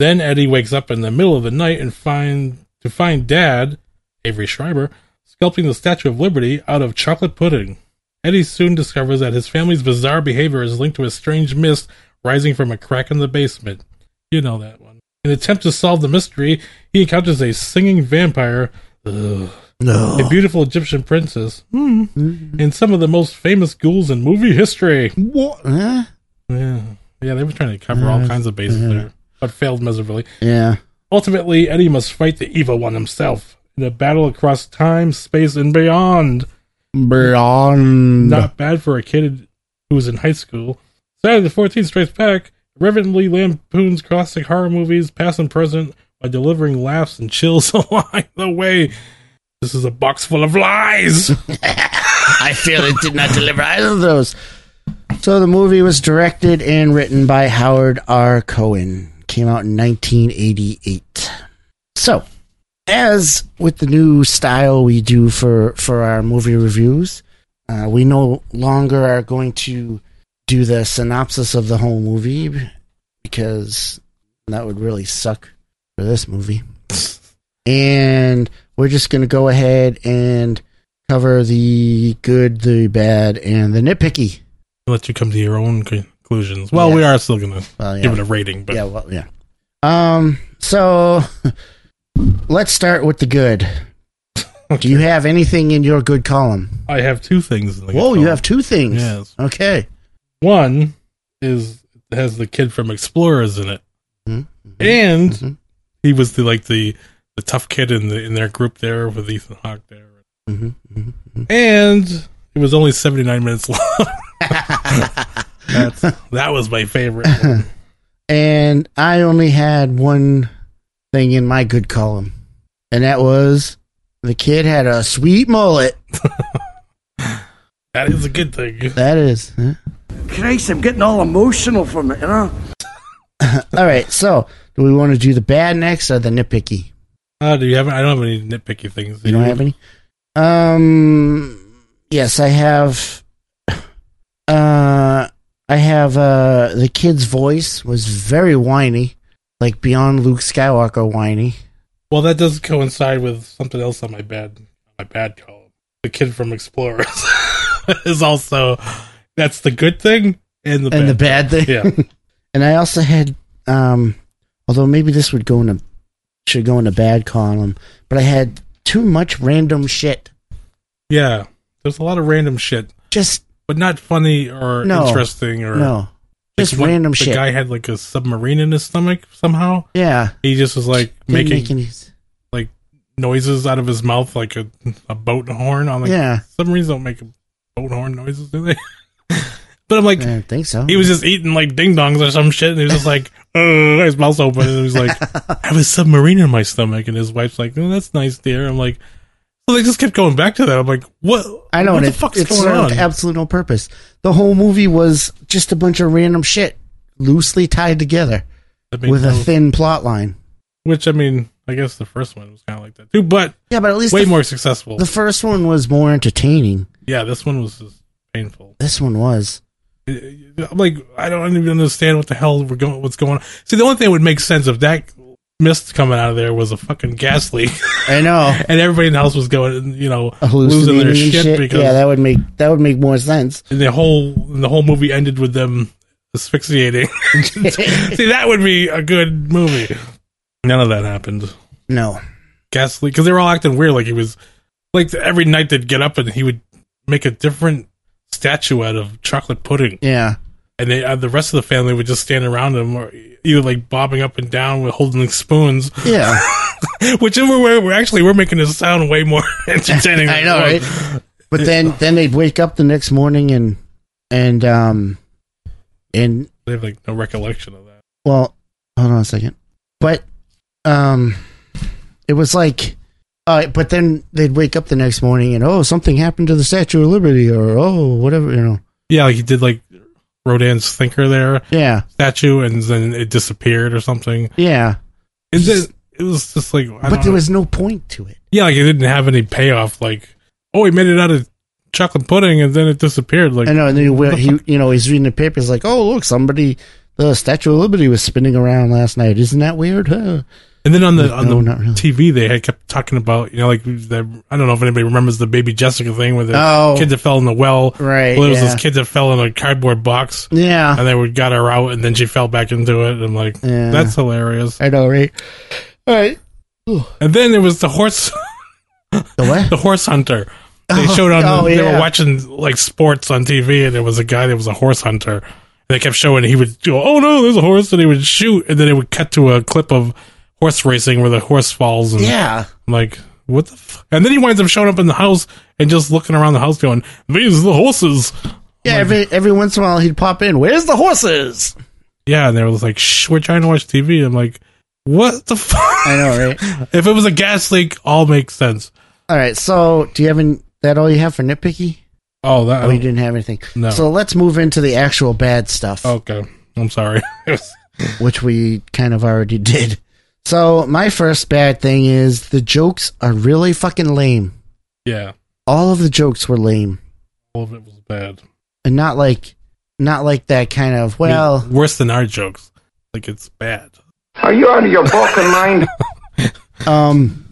[SPEAKER 3] Then Eddie wakes up in the middle of the night and find to find Dad, Avery Schreiber, sculpting the Statue of Liberty out of chocolate pudding. Eddie soon discovers that his family's bizarre behavior is linked to a strange mist rising from a crack in the basement. You know that one. In an attempt to solve the mystery, he encounters a singing vampire, ugh, a
[SPEAKER 2] no.
[SPEAKER 3] beautiful Egyptian princess, hmm, and some of the most famous ghouls in movie history.
[SPEAKER 2] What? Huh?
[SPEAKER 3] Yeah, yeah they were trying to cover all kinds of bases there, but failed miserably.
[SPEAKER 2] Yeah.
[SPEAKER 3] Ultimately, Eddie must fight the evil one himself in a battle across time, space, and beyond.
[SPEAKER 2] Blonde.
[SPEAKER 3] Not bad for a kid who was in high school. Saturday the 14th Strikes Back reverently lampoons classic horror movies, past and present, by delivering laughs and chills along the way. This is a box full of lies.
[SPEAKER 2] I feel it did not deliver either of those. So the movie was directed and written by Howard R. Cohen. Came out in 1988. So, as with the new style we do for for our movie reviews, uh, we no longer are going to do the synopsis of the whole movie because that would really suck for this movie. And we're just going to go ahead and cover the good, the bad, and the nitpicky.
[SPEAKER 3] Let you come to your own conclusions. Well, we
[SPEAKER 2] Yeah.
[SPEAKER 3] are still going to
[SPEAKER 2] Well, yeah.
[SPEAKER 3] give it a rating, but
[SPEAKER 2] yeah, well, yeah. Um, so let's start with the good. Do you have anything in your good column?
[SPEAKER 3] I have two things. In the
[SPEAKER 2] Whoa, you
[SPEAKER 3] column.
[SPEAKER 2] have two things.
[SPEAKER 3] Yes.
[SPEAKER 2] Okay.
[SPEAKER 3] One is has the kid from Explorers in it,
[SPEAKER 2] Mhm,
[SPEAKER 3] and
[SPEAKER 2] mhm.
[SPEAKER 3] he was the like the the tough kid in the in their group there with Ethan Hawke there,
[SPEAKER 2] Mhm, mhm.
[SPEAKER 3] and it was only seventy nine minutes long. That's, that was my favorite. one.
[SPEAKER 2] And I only had one thing in my good column, and that was the kid had a sweet mullet.
[SPEAKER 3] That is a good thing.
[SPEAKER 2] That is. huh?
[SPEAKER 5] Christ, I'm getting all emotional from it, you know?
[SPEAKER 2] All right. So, do we want to do the bad next or the nitpicky?
[SPEAKER 3] Uh, do you have? I don't have any nitpicky things. Do
[SPEAKER 2] You don't have any? Um yes, I have uh I have uh the kid's voice was very whiny, like beyond Luke Skywalker whiny.
[SPEAKER 3] Well, that does coincide with something else on my bad my bad column. The kid from Explorers is also that's the good thing and the
[SPEAKER 2] and the
[SPEAKER 3] bad.
[SPEAKER 2] bad thing.
[SPEAKER 3] Yeah.
[SPEAKER 2] and I also had um although maybe this would go in a should go in the bad column, but I had too much random shit.
[SPEAKER 3] Yeah, there's a lot of random shit,
[SPEAKER 2] Just
[SPEAKER 3] but not funny or
[SPEAKER 2] No.
[SPEAKER 3] interesting or
[SPEAKER 2] no,
[SPEAKER 3] Like
[SPEAKER 2] just
[SPEAKER 3] when
[SPEAKER 2] random
[SPEAKER 3] the
[SPEAKER 2] shit.
[SPEAKER 3] guy had like a submarine in his stomach somehow.
[SPEAKER 2] yeah,
[SPEAKER 3] He just was like
[SPEAKER 2] Didn't
[SPEAKER 3] making
[SPEAKER 2] make any-
[SPEAKER 3] noises out of his mouth like a, a boat horn. I'm like,
[SPEAKER 2] yeah,
[SPEAKER 3] submarines don't make boat horn noises, do they? but I'm like,
[SPEAKER 2] I don't think so.
[SPEAKER 3] he was just eating like ding dongs or some shit, and he was just like, "Ugh," his mouth's open, and he was like, I have a submarine in my stomach. And his wife's like, oh, that's nice, dear. I'm like, so they just kept going back to that. I'm like, what?
[SPEAKER 2] I know,
[SPEAKER 3] what
[SPEAKER 2] and
[SPEAKER 3] the
[SPEAKER 2] it,
[SPEAKER 3] fuck's
[SPEAKER 2] it
[SPEAKER 3] going
[SPEAKER 2] served
[SPEAKER 3] on?
[SPEAKER 2] absolutely no purpose. The whole movie was just a bunch of random shit loosely tied together
[SPEAKER 3] That made
[SPEAKER 2] with a
[SPEAKER 3] no-
[SPEAKER 2] thin plot line.
[SPEAKER 3] which I mean, I guess the first one was kind of like that too, but
[SPEAKER 2] Yeah, but at least
[SPEAKER 3] way
[SPEAKER 2] the,
[SPEAKER 3] more successful.
[SPEAKER 2] the first one was more entertaining.
[SPEAKER 3] yeah, this one was just painful.
[SPEAKER 2] This one was.
[SPEAKER 3] I'm like, I don't even understand what the hell we're going, what's going on. See, the only thing that would make sense if that mist coming out of there was a fucking gas leak,
[SPEAKER 2] I know.
[SPEAKER 3] and everybody in the house was going, you know, losing
[SPEAKER 2] Hallucinating
[SPEAKER 3] their
[SPEAKER 2] and
[SPEAKER 3] shit,
[SPEAKER 2] shit.
[SPEAKER 3] because
[SPEAKER 2] yeah, that would make that would make more sense.
[SPEAKER 3] the whole the whole movie ended with them asphyxiating. See, that would be a good movie. None of that happened.
[SPEAKER 2] No.
[SPEAKER 3] Gas leak because they were all acting weird. Like he was, like every night they'd get up and he would make a different statue out of chocolate pudding.
[SPEAKER 2] Yeah.
[SPEAKER 3] and they, uh, the rest of the family would just stand around him, or either like bobbing up and down with holding spoons,
[SPEAKER 2] Yeah.
[SPEAKER 3] which we're, we're actually we're making this sound way more entertaining.
[SPEAKER 2] I
[SPEAKER 3] than
[SPEAKER 2] know,
[SPEAKER 3] it was.
[SPEAKER 2] right? But then then they'd wake up the next morning and and um and
[SPEAKER 3] They have like no recollection of that.
[SPEAKER 2] well hold on a second. But um it was like uh but then they'd wake up the next morning and oh something happened to the Statue of Liberty or oh whatever, you know.
[SPEAKER 3] Yeah, like he did like Rodin's thinker there
[SPEAKER 2] Yeah.
[SPEAKER 3] statue, and then it disappeared or something.
[SPEAKER 2] Yeah.
[SPEAKER 3] It's just, it was just like, I
[SPEAKER 2] But
[SPEAKER 3] don't
[SPEAKER 2] there
[SPEAKER 3] know.
[SPEAKER 2] was no point to it.
[SPEAKER 3] yeah, like it didn't have any payoff. Like, oh, he made it out of chocolate pudding, and then it disappeared. Like,
[SPEAKER 2] I know, and then he, wear- he you know, he's reading the papers like, "Oh, look, somebody, the Statue of Liberty was spinning around last night. Isn't that weird?" Huh?
[SPEAKER 3] And then on the on
[SPEAKER 2] No,
[SPEAKER 3] the
[SPEAKER 2] not really.
[SPEAKER 3] TV, they had kept talking about you know like the, I don't know if anybody remembers the baby Jessica thing with the
[SPEAKER 2] Oh.
[SPEAKER 3] kid that fell in the well.
[SPEAKER 2] Right,
[SPEAKER 3] Well, there was
[SPEAKER 2] yeah.
[SPEAKER 3] this kid that fell in a cardboard box,
[SPEAKER 2] Yeah,
[SPEAKER 3] and they would got her out, and then she fell back into it. And I'm like,
[SPEAKER 2] Yeah.
[SPEAKER 3] that's hilarious.
[SPEAKER 2] I know, right? All right,
[SPEAKER 3] And then there was the horse,
[SPEAKER 2] the what?
[SPEAKER 3] the horse hunter. They showed on.
[SPEAKER 2] oh,
[SPEAKER 3] they
[SPEAKER 2] yeah.
[SPEAKER 3] were watching like sports on TV, and there was a guy that was a horse hunter. And they kept showing he would go, "Oh no, there's a horse!" and he would shoot, and then it would cut to a clip of horse racing where the horse falls. And
[SPEAKER 2] Yeah,
[SPEAKER 3] I'm like, what the f-? And then he winds up showing up in the house and just looking around the house going, these are the horses.
[SPEAKER 2] yeah. Every every once in a while, he'd pop in. Where's the horses?
[SPEAKER 3] Yeah, and they were like, shh, we're trying to watch TV. I'm like, what the
[SPEAKER 2] I
[SPEAKER 3] fuck?
[SPEAKER 2] know, right?
[SPEAKER 3] if it was a gas leak, all makes sense.
[SPEAKER 2] All right. So, do you have any, that? All you have for nitpicky?
[SPEAKER 3] Oh, that.
[SPEAKER 2] Oh, you didn't have anything.
[SPEAKER 3] No.
[SPEAKER 2] So let's move into the actual bad stuff,
[SPEAKER 3] okay. I'm sorry. It was-
[SPEAKER 2] which we kind of already did. So, my first bad thing is the jokes are really fucking lame.
[SPEAKER 3] yeah,
[SPEAKER 2] All of the jokes were lame.
[SPEAKER 3] all of it was bad.
[SPEAKER 2] and not like not like that kind of well
[SPEAKER 3] worse than our jokes. Like, it's bad.
[SPEAKER 6] Are you out of your fucking mind?
[SPEAKER 2] um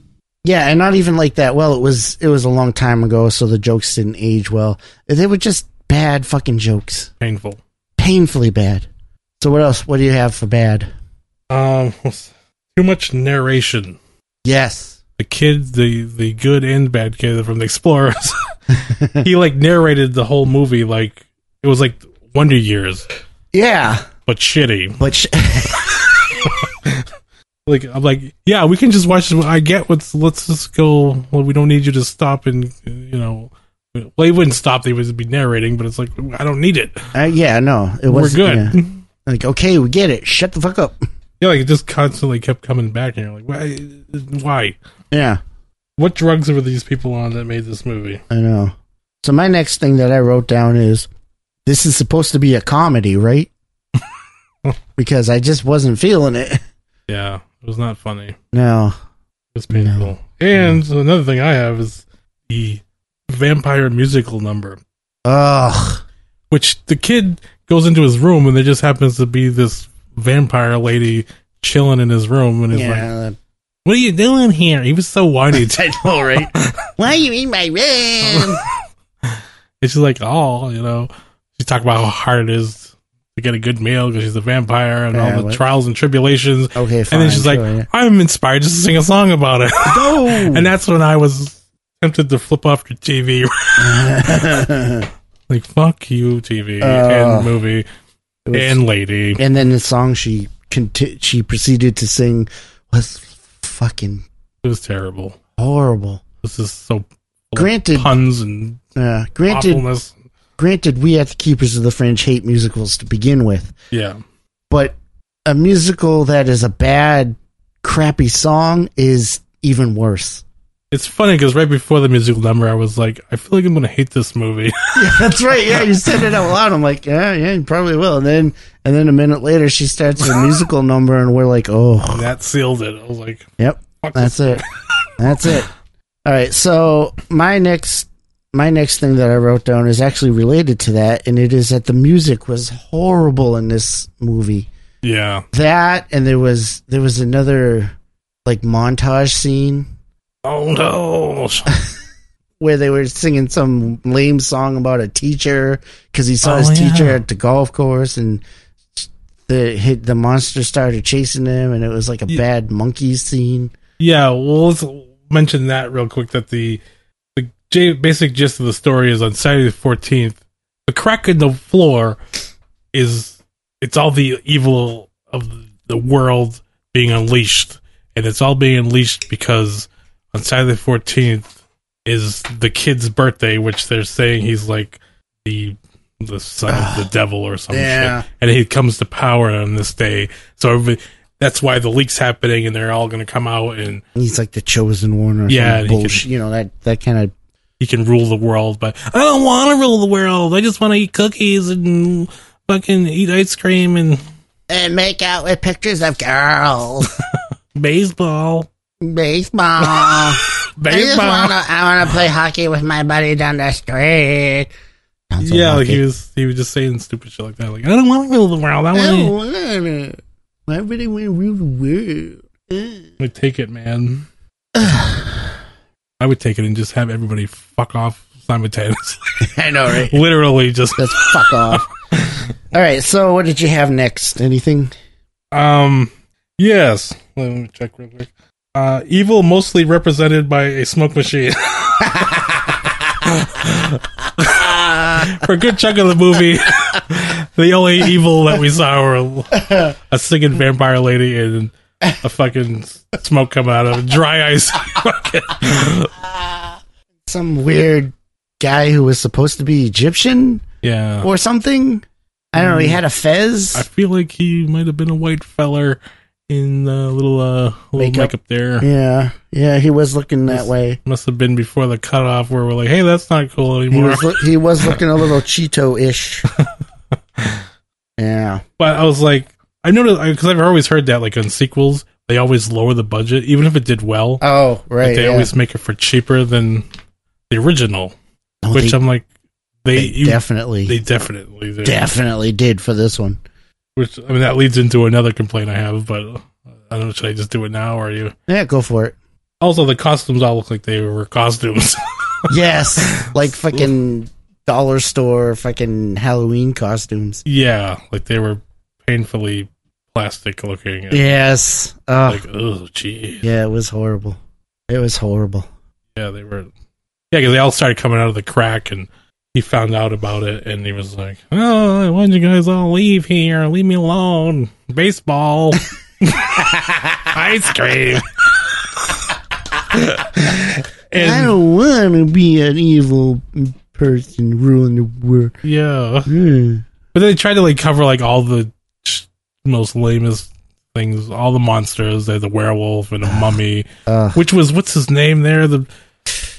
[SPEAKER 2] yeah and not even like that well it was it was a long time ago so the jokes didn't age well they were just bad fucking jokes
[SPEAKER 3] Painful.
[SPEAKER 2] painfully bad so what else what do you have for bad
[SPEAKER 3] Um, too much narration.
[SPEAKER 2] yes
[SPEAKER 3] the kid, the the good and bad kid from the Explorers, he like narrated the whole movie like it was like Wonder Years,
[SPEAKER 2] yeah
[SPEAKER 3] but shitty.
[SPEAKER 2] but sh-
[SPEAKER 3] Like I'm like, yeah, we can just watch. This. I get what's. Let's just go. Well, we don't need you to stop and you know. Well, he wouldn't stop. He would be narrating, but it's like I don't need it.
[SPEAKER 2] uh, yeah no it
[SPEAKER 3] We're
[SPEAKER 2] was
[SPEAKER 3] good. Yeah.
[SPEAKER 2] like okay we get it shut the fuck up
[SPEAKER 3] like it just constantly kept coming back, and you're like, why? Why?
[SPEAKER 2] yeah
[SPEAKER 3] What drugs were these people on that made this movie?
[SPEAKER 2] i know so my next thing that i wrote down is this is supposed to be a comedy right because i just wasn't feeling it
[SPEAKER 3] Yeah, it was not funny.
[SPEAKER 2] No.
[SPEAKER 3] It's painful. And another thing I have is the vampire musical number,
[SPEAKER 2] Ugh.
[SPEAKER 3] which the kid goes into his room and there just happens to be this vampire lady chilling in his room and is like,
[SPEAKER 2] Yeah.
[SPEAKER 3] "What are you doing here?" He was so whiny. too.
[SPEAKER 2] all right. Why are you in my room?
[SPEAKER 3] and she's like, "Oh, you know." She talked about how hard it is to get a good meal because she's a vampire and
[SPEAKER 2] Yeah,
[SPEAKER 3] all the
[SPEAKER 2] what?
[SPEAKER 3] trials and tribulations.
[SPEAKER 2] Okay, fine.
[SPEAKER 3] and then she's like,
[SPEAKER 2] sure, yeah.
[SPEAKER 3] "I'm inspired just to sing a song about it." and that's when I was tempted to flip off the TV, like "fuck you, TV
[SPEAKER 2] Oh.
[SPEAKER 3] and movie
[SPEAKER 2] It was-
[SPEAKER 3] and lady."
[SPEAKER 2] and then the song she conti- she proceeded to sing was fucking
[SPEAKER 3] It was terrible.
[SPEAKER 2] horrible.
[SPEAKER 3] This is so
[SPEAKER 2] Granted,
[SPEAKER 3] puns and
[SPEAKER 2] uh, granted,
[SPEAKER 3] awfulness.
[SPEAKER 2] granted, we at the Keepers of the Fringe hate musicals to begin with,
[SPEAKER 3] Yeah,
[SPEAKER 2] but a musical that is a bad, crappy song is even worse.
[SPEAKER 3] it's funny because right before the musical number, I was like, "I feel like I'm gonna hate this movie."
[SPEAKER 2] Yeah, that's right. Yeah, you said it out loud. I'm like, yeah, yeah, you probably will. And then, and then a minute later, she starts her musical number, and we're like, oh,
[SPEAKER 3] that sealed it. I was like,
[SPEAKER 2] yep,
[SPEAKER 3] Fuck
[SPEAKER 2] that's it, that's it. All right. So my next, my next thing that I wrote down is actually related to that, and it is that the music was horrible in this movie.
[SPEAKER 3] "Yeah,
[SPEAKER 2] That, and there was there was another like montage scene
[SPEAKER 3] oh no."
[SPEAKER 2] where they were singing some lame song about a teacher because he saw
[SPEAKER 3] Oh,
[SPEAKER 2] his teacher
[SPEAKER 3] yeah.
[SPEAKER 2] at the golf course and the hit the monster started chasing him and it was like a
[SPEAKER 3] Yeah.
[SPEAKER 2] bad monkey scene.
[SPEAKER 3] Yeah, well, let's mention that real quick. That the the j- basic gist of the story is on Saturday the fourteenth, the crack in the floor is it's all the evil of the world being unleashed, and it's all being unleashed because on Saturday the fourteenth is the kid's birthday, which they're saying he's like the the son of the devil or some
[SPEAKER 2] yeah.
[SPEAKER 3] shit, and he comes to power on this day. So everybody, that's why the leaks happening, and they're all going to come out and
[SPEAKER 2] And he's like the chosen one or
[SPEAKER 3] Yeah,
[SPEAKER 2] yeah,
[SPEAKER 3] and he
[SPEAKER 2] bullshit. you know that that kind of
[SPEAKER 3] he can rule the world, but I don't want to rule the world. I just want to eat cookies and fucking eat ice cream and
[SPEAKER 2] and Uh, make out with pictures of girls,
[SPEAKER 3] baseball.
[SPEAKER 2] baseball. I just
[SPEAKER 3] Baseball.
[SPEAKER 2] wanna I wanna play hockey with my buddy down the street. Sounds so
[SPEAKER 3] Yeah, like
[SPEAKER 2] lucky.
[SPEAKER 3] he was he was just saying stupid shit like that. Like I don't want to rule the world. I
[SPEAKER 2] I don't
[SPEAKER 3] want
[SPEAKER 2] wanna. Why would I wanna rule the world? Ugh.
[SPEAKER 3] to like, take it, man. I would take it and just have everybody fuck off simultaneously.
[SPEAKER 2] I know, right?
[SPEAKER 3] Literally, just
[SPEAKER 2] Let's fuck off. All right. So, what did you have next? Anything?
[SPEAKER 3] Um. Yes. Let me check real quick. Uh, evil mostly represented by a smoke machine. For a good chunk of the movie, the only evil that we saw were a singing vampire lady and a fucking smoke come out of dry ice.
[SPEAKER 2] Some weird guy who was supposed to be Egyptian
[SPEAKER 3] yeah.
[SPEAKER 2] or something. I don't know. He had a fez.
[SPEAKER 3] I feel like he might have been a white feller in the little uh little
[SPEAKER 2] Makeup.
[SPEAKER 3] makeup, there.
[SPEAKER 2] yeah, yeah. He was looking that way.
[SPEAKER 3] Must have been before the cutoff where we're like, hey, that's not cool
[SPEAKER 2] He
[SPEAKER 3] anymore.
[SPEAKER 2] was loo- he was looking a little Cheeto-ish. Yeah.
[SPEAKER 3] But I was like, I noticed because I've always heard that like on sequels, they always lower the budget, even if it did well.
[SPEAKER 2] Oh, right.
[SPEAKER 3] they
[SPEAKER 2] yeah.
[SPEAKER 3] always make it for cheaper than the original,
[SPEAKER 2] No,
[SPEAKER 3] which
[SPEAKER 2] Oh, they,
[SPEAKER 3] I'm like, they
[SPEAKER 2] they
[SPEAKER 3] you,
[SPEAKER 2] definitely,
[SPEAKER 3] they definitely do.
[SPEAKER 2] definitely did for this one.
[SPEAKER 3] Which I mean, that leads into another complaint I have, but uh, I don't know. Should I just do it now, or you?
[SPEAKER 2] Yeah, go for it.
[SPEAKER 3] Also, the costumes all look like they were costumes.
[SPEAKER 2] Yes, like fucking dollar store fucking Halloween costumes.
[SPEAKER 3] yeah, like they were painfully plastic looking. and,
[SPEAKER 2] Yes. Ugh.
[SPEAKER 3] Like, oh, gee.
[SPEAKER 2] yeah, it was horrible. It was horrible.
[SPEAKER 3] Yeah, they were. Yeah, because they all started coming out of the crack, and he found out about it, and he was like, "Oh, why don't you guys all leave here? Leave me alone. Baseball, ice cream."
[SPEAKER 2] I
[SPEAKER 3] and
[SPEAKER 2] don't want to be an evil person ruling the world.
[SPEAKER 3] yeah,
[SPEAKER 2] Mm.
[SPEAKER 3] but they tried to like cover like all the sh- most lamest things, all the monsters. They had the werewolf and the mummy,
[SPEAKER 2] Ugh.
[SPEAKER 3] which was what's his name there the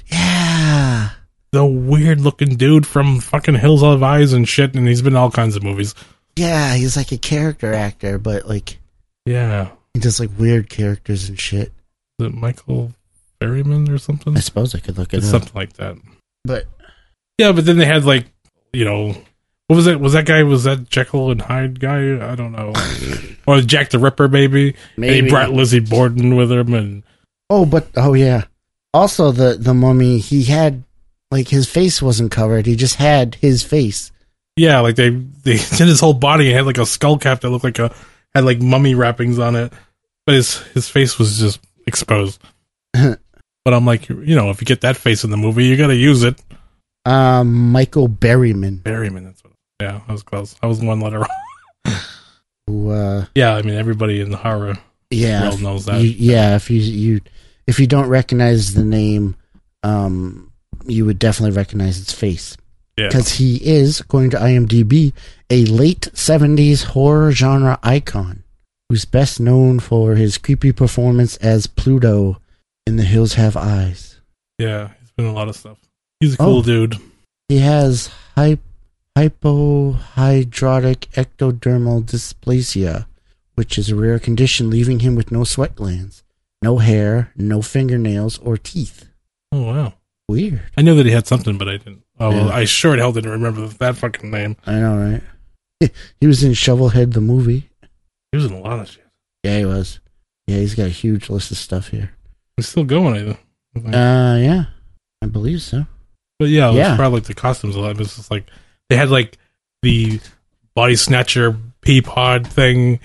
[SPEAKER 2] Yeah.
[SPEAKER 3] the weird looking dude from fucking Hills Have Eyes and shit, and he's been in all kinds of movies.
[SPEAKER 2] Yeah, he's like a character actor, but like
[SPEAKER 3] Yeah.
[SPEAKER 2] he does like weird characters and shit.
[SPEAKER 3] Is it Michael Berryman or something?
[SPEAKER 2] I suppose I could look it
[SPEAKER 3] It's
[SPEAKER 2] up.
[SPEAKER 3] something like that.
[SPEAKER 2] But
[SPEAKER 3] Yeah, but then they had like, you know, what was that? Was that guy? Was that Jekyll and Hyde guy? I don't know, or Jack the Ripper maybe. And
[SPEAKER 2] Maybe.
[SPEAKER 3] he brought Lizzie Borden with him, and
[SPEAKER 2] oh, but oh yeah. Also, the the mummy he had like his face wasn't covered. He just had his face.
[SPEAKER 3] Yeah, like they they did his whole body. It had like a skull cap that looked like a had like mummy wrappings on it, but his his face was just exposed. but I'm like, you know, if you get that face in the movie, you got to use it.
[SPEAKER 2] Um, Michael Berryman,
[SPEAKER 3] Berryman. That's what, yeah, I was close. I was one letter off.
[SPEAKER 2] who uh,
[SPEAKER 3] Yeah, I mean everybody in the horror.
[SPEAKER 2] yeah,
[SPEAKER 3] Well knows that.
[SPEAKER 2] you- yeah, if you you if you don't recognize the name, um, you would definitely recognize its face
[SPEAKER 3] Yeah,
[SPEAKER 2] because he is, according to IMDb, a late '70s horror genre icon who's best known for his creepy performance as Pluto in The Hills Have Eyes.
[SPEAKER 3] yeah, he's been in a lot of stuff. He's a cool
[SPEAKER 2] Oh.
[SPEAKER 3] dude.
[SPEAKER 2] He has hy- hypohydrotic ectodermal dysplasia, which is a rare condition leaving him with no sweat glands, no hair, no fingernails, or teeth.
[SPEAKER 3] Oh wow,
[SPEAKER 2] Weird.
[SPEAKER 3] I knew that he had something, but I didn't. Oh well,
[SPEAKER 2] Yeah.
[SPEAKER 3] I sure the hell didn't remember that fucking name.
[SPEAKER 2] I know, right? he was in Shovelhead the movie.
[SPEAKER 3] He was in a lot of shit.
[SPEAKER 2] Yeah, he was. Yeah, he's got a huge list of stuff here.
[SPEAKER 3] He's still going. I I think.
[SPEAKER 2] Uh, yeah, I believe so.
[SPEAKER 3] But yeah, it
[SPEAKER 2] Yeah.
[SPEAKER 3] was probably like the costumes a lot. It was just like they had like the body snatcher pea pod thing. Which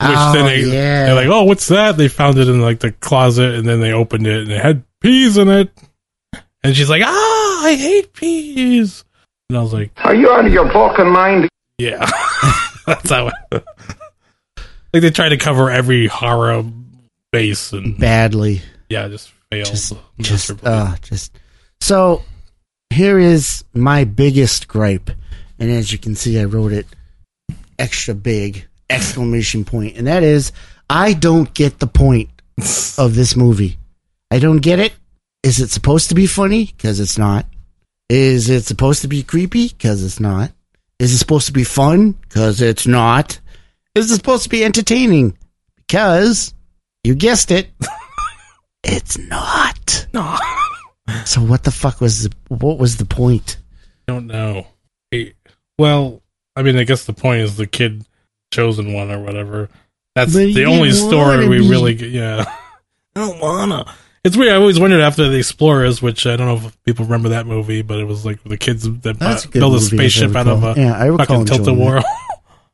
[SPEAKER 2] Oh,
[SPEAKER 3] then they,
[SPEAKER 2] yeah.
[SPEAKER 3] They're like, oh, what's that? They found it in like the closet, and then they opened it, and it had peas in it. And she's like, ah, I hate peas. And I was like,
[SPEAKER 6] Are you out of your fucking mind?
[SPEAKER 3] yeah, that's how. It, like they tried to cover every horror base, and
[SPEAKER 2] Badly.
[SPEAKER 3] yeah, it just failed
[SPEAKER 2] just, just,
[SPEAKER 3] miserably.
[SPEAKER 2] uh, just. So, here is my biggest gripe, and as you can see, I wrote it extra big exclamation point, and that is, I don't get the point of this movie. I don't get it. Is it supposed to be funny? Because it's not. Is it supposed to be creepy? Because it's not. Is it supposed to be fun? Because it's not. Is it supposed to be entertaining? Because you guessed it. It's not.
[SPEAKER 3] no, I
[SPEAKER 2] So what the fuck was the, what was the point?
[SPEAKER 3] don't know. He- well, I mean, I guess the point is the kid chosen one or whatever. That's
[SPEAKER 2] But
[SPEAKER 3] the
[SPEAKER 2] you
[SPEAKER 3] only
[SPEAKER 2] didn't
[SPEAKER 3] story
[SPEAKER 2] wanna
[SPEAKER 3] we
[SPEAKER 2] be.
[SPEAKER 3] really get. Yeah, I don't wanna. It's weird. I always wondered after the Explorers, which I don't know if people remember that movie, but it was like the kids that
[SPEAKER 2] That's a
[SPEAKER 3] bu-
[SPEAKER 2] good
[SPEAKER 3] build a
[SPEAKER 2] movie, if I
[SPEAKER 3] spaceship out of
[SPEAKER 2] recall.
[SPEAKER 3] a
[SPEAKER 2] Yeah, I recall
[SPEAKER 3] fucking
[SPEAKER 2] enjoying
[SPEAKER 3] tilt a whirl.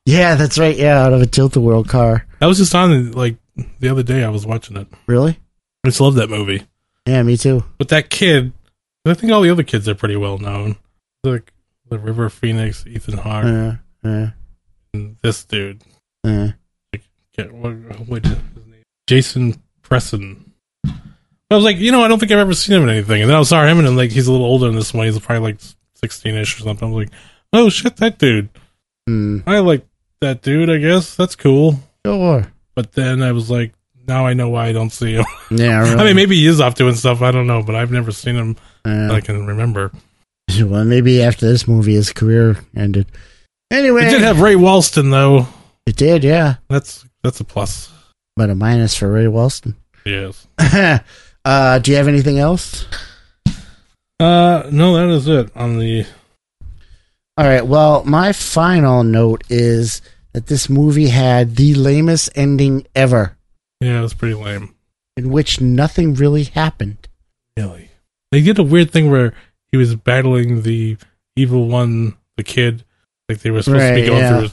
[SPEAKER 2] Yeah, that's right. Yeah, out of a tilt a whirl car.
[SPEAKER 3] that was just on like the other day. I was watching it.
[SPEAKER 2] Really?
[SPEAKER 3] I just love that movie.
[SPEAKER 2] Yeah, me too.
[SPEAKER 3] But that kid, I think all the other kids are pretty well known. Like the River Phoenix, Ethan Hawke,
[SPEAKER 2] Yeah, yeah,
[SPEAKER 3] and this dude.
[SPEAKER 2] yeah.
[SPEAKER 3] Yeah, what, what is his name? Jason Presson. I was like, you know, I don't think I've ever seen him in anything. And then I saw him, and I'm like, he's a little older in this one. He's probably like 16 ish or something. I was like, oh shit, that dude.
[SPEAKER 2] Mm.
[SPEAKER 3] I like that dude, I guess. That's cool.
[SPEAKER 2] Sure.
[SPEAKER 3] But then I was like, now I know why I don't see him.
[SPEAKER 2] Yeah. Really.
[SPEAKER 3] I mean, maybe he is off doing stuff. I don't know, but I've never seen him that
[SPEAKER 2] Yeah.
[SPEAKER 3] I can remember.
[SPEAKER 2] well, maybe after this movie, his career ended. Anyway,
[SPEAKER 3] It did have Ray Walston, though.
[SPEAKER 2] It did, yeah.
[SPEAKER 3] That's that's a plus.
[SPEAKER 2] But a minus for Ray Walston.
[SPEAKER 3] Yes.
[SPEAKER 2] uh, do you have anything else?
[SPEAKER 3] Uh, no, that is it on the.
[SPEAKER 2] All right. Well, my final note is that this movie had the lamest ending ever,
[SPEAKER 3] Yeah, it was pretty lame.
[SPEAKER 2] in which nothing really happened.
[SPEAKER 3] Really? They did a weird thing where he was battling the evil one, the kid. Like they were supposed to
[SPEAKER 2] Right,
[SPEAKER 3] be going
[SPEAKER 2] yeah.
[SPEAKER 3] through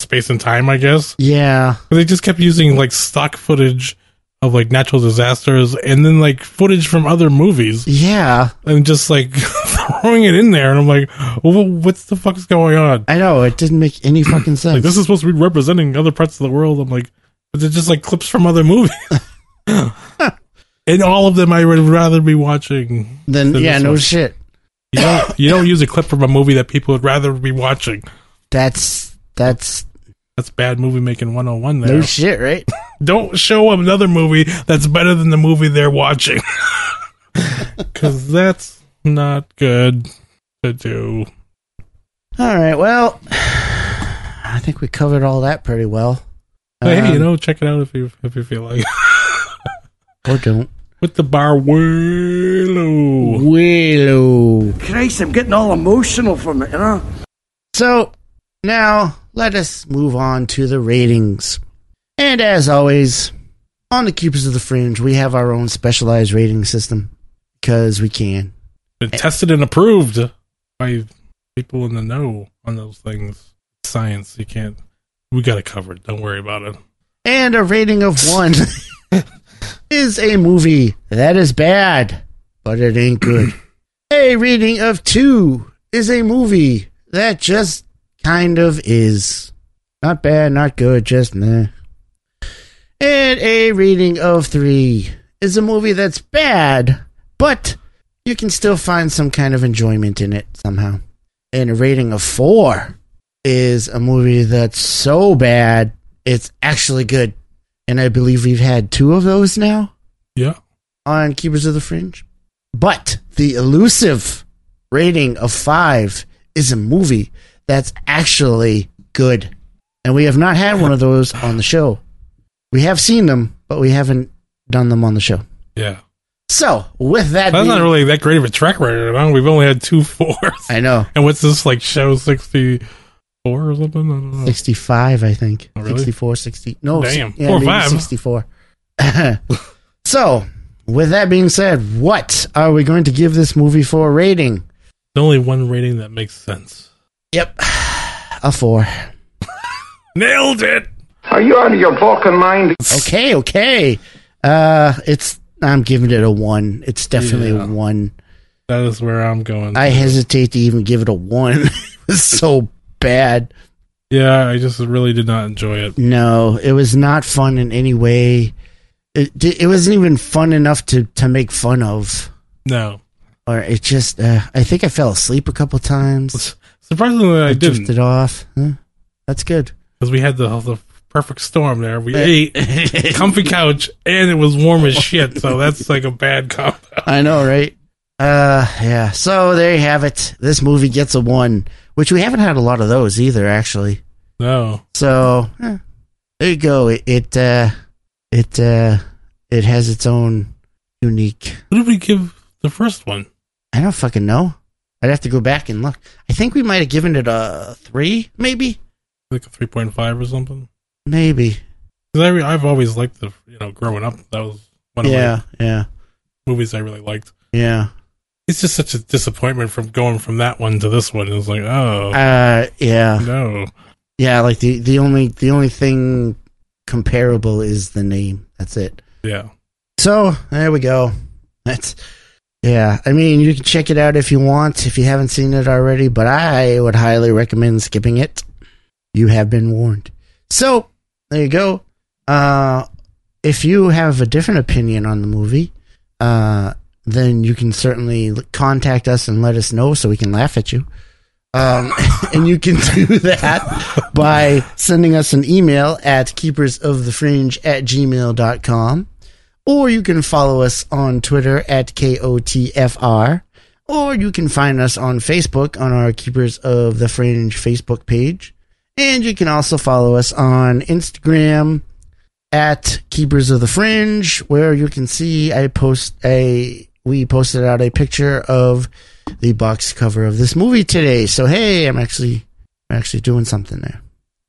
[SPEAKER 3] space and time, I guess.
[SPEAKER 2] Yeah.
[SPEAKER 3] But they just kept using like stock footage of like natural disasters and then like footage from other movies
[SPEAKER 2] Yeah.
[SPEAKER 3] and just like throwing it in there. And I'm like, well, what the fuck's going on?
[SPEAKER 2] I know. It didn't make any fucking sense.
[SPEAKER 3] Like this is supposed to be representing other parts of the world. I'm like, but they're just like clips from other movies. and all of them I would rather be watching
[SPEAKER 2] then,
[SPEAKER 3] than
[SPEAKER 2] yeah,
[SPEAKER 3] this
[SPEAKER 2] no
[SPEAKER 3] one.
[SPEAKER 2] shit.
[SPEAKER 3] You don't, you don't use a clip from a movie that people would rather be watching.
[SPEAKER 2] That's, that's
[SPEAKER 3] That's bad movie making 101 there.
[SPEAKER 2] no shit, right?
[SPEAKER 3] don't show another movie that's better than the movie they're watching. Because that's not good to do.
[SPEAKER 2] All right. Well, I think we covered all that pretty well.
[SPEAKER 3] But hey, you
[SPEAKER 2] Um,
[SPEAKER 3] know, check it out if you if you feel like it.
[SPEAKER 2] Or don't.
[SPEAKER 3] With the bar Willow.
[SPEAKER 2] Willow.
[SPEAKER 5] Christ, I'm getting all emotional from it, you know?
[SPEAKER 2] So now let us move on to the ratings. And as always, on the Keepers of the Fringe, we have our own specialized rating system because we can.
[SPEAKER 3] Been tested and approved by people in the know on those things. Science, you can't. We got it covered. Don't worry about it.
[SPEAKER 2] And a rating of one is a movie that is bad, but it ain't good. a rating of two is a movie that just kind of is. Not bad, not good, just nah. And a rating of three is a movie that's bad, but you can still find some kind of enjoyment in it somehow. And a rating of four is a movie that's so bad it's actually good. And I believe we've had two of those now
[SPEAKER 3] Yeah.
[SPEAKER 2] on Keepers of the Fringe. But the elusive rating of five is a movie that's actually good. And we have not had one of those on the show. We have seen them, but we haven't done them on the show.
[SPEAKER 3] Yeah.
[SPEAKER 2] So, with that,
[SPEAKER 3] That's not
[SPEAKER 2] being-
[SPEAKER 3] really that great of a track record. Huh? We've only had two fours.
[SPEAKER 2] I know.
[SPEAKER 3] And what's this, like, show 64 or something? I don't know.
[SPEAKER 2] 65, I think.
[SPEAKER 3] Oh, really?
[SPEAKER 2] 64, 60. No, si-
[SPEAKER 3] Damn,
[SPEAKER 2] yeah,
[SPEAKER 3] four or
[SPEAKER 2] maybe
[SPEAKER 3] five.
[SPEAKER 2] 64. so, with that being said, what are we going to give this movie for a rating?
[SPEAKER 3] There's only one rating that makes sense.
[SPEAKER 2] Yep. A four.
[SPEAKER 3] Nailed it!
[SPEAKER 6] Are you out of your fucking mind?
[SPEAKER 2] Okay, okay. Uh it's I'm giving it a one. It's definitely
[SPEAKER 3] Yeah.
[SPEAKER 2] a one.
[SPEAKER 3] That is where I'm going.
[SPEAKER 2] I hesitate to even give it a one. it was so bad.
[SPEAKER 3] yeah, I just really did not enjoy it.
[SPEAKER 2] No, it was not fun in any way. It it wasn't even fun enough to to make fun of.
[SPEAKER 3] No.
[SPEAKER 2] or it just uh, I think I fell asleep a couple times.
[SPEAKER 3] Surprisingly, I didn't.
[SPEAKER 2] drifted off. Huh? That's good.
[SPEAKER 3] because we had the the perfect storm there. We ate comfy couch and it was warm as shit. So that's like a bad comp.
[SPEAKER 2] I know, right? Uh, yeah. So there you have it. This movie gets a one, which we haven't had a lot of those either, actually.
[SPEAKER 3] No,
[SPEAKER 2] So eh, there you go. It it uh, it uh, it has its own unique.
[SPEAKER 3] who did we give the first one?
[SPEAKER 2] I don't fucking know. I'd have to go back and look. I think we might have given it a three, maybe,
[SPEAKER 3] Like a three point five or something.
[SPEAKER 2] maybe.
[SPEAKER 3] 'Cause I re- I've always liked the you know growing up that was one of
[SPEAKER 2] Yeah, yeah,
[SPEAKER 3] my movies I really liked.
[SPEAKER 2] yeah.
[SPEAKER 3] It's just such a disappointment from going from that one to this one. It was like oh
[SPEAKER 2] Uh, yeah.
[SPEAKER 3] no,
[SPEAKER 2] Yeah, like the the only the only thing comparable is the name. That's it.
[SPEAKER 3] yeah,
[SPEAKER 2] So there we go. That's yeah. I mean, you can check it out if you want if you haven't seen it already, but I would highly recommend skipping it. You have been warned. So there you go. Uh, if you have a different opinion on the movie, uh, then you can certainly l- contact us and let us know so we can laugh at you. Um, and you can do that by sending us an email at keepersofthefringe at gmail.com. Or you can follow us on Twitter at KOTFR. Or you can find us on Facebook on our Keepers of the Fringe Facebook page. And you can also follow us on Instagram at Keepers of the Fringe, where you can see I post a we posted out a picture of the box cover of this movie today. So hey, I'm actually I'm actually doing something there.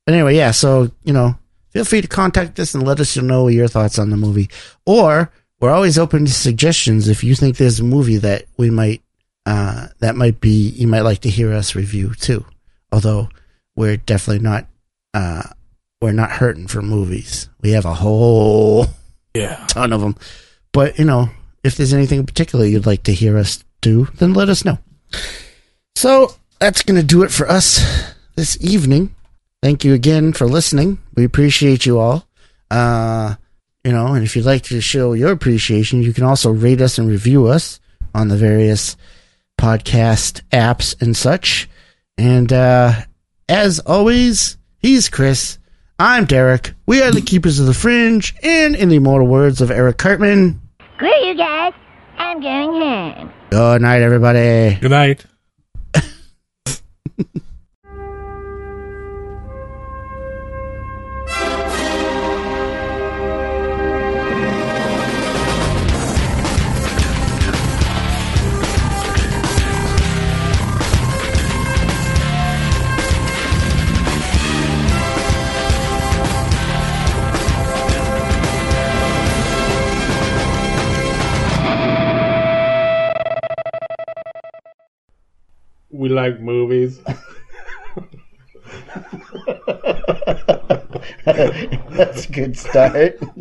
[SPEAKER 2] But anyway, yeah, so you know, feel free to contact us and let us know your thoughts on the movie. Or we're always open to suggestions if you think there's a movie that we might uh that might be you might like to hear us review too. Although we're definitely not uh we're not hurting for movies. We have a whole
[SPEAKER 3] yeah.
[SPEAKER 2] ton of them. But, you know, if there's anything in particular you'd like to hear us do, then let us know. So that's going to do it for us this evening. Thank you again for listening. We appreciate you all. Uh, you know, and if you'd like to show your appreciation, you can also rate us and review us on the various podcast apps and such. And uh, as always, he's Chris. I'm Derek. We are the Keepers of the Fringe, and in the immortal words of Eric Cartman,
[SPEAKER 7] Screw you guys. I'm going home.
[SPEAKER 2] good night, everybody.
[SPEAKER 3] Good night. we like movies.
[SPEAKER 2] That's a good start.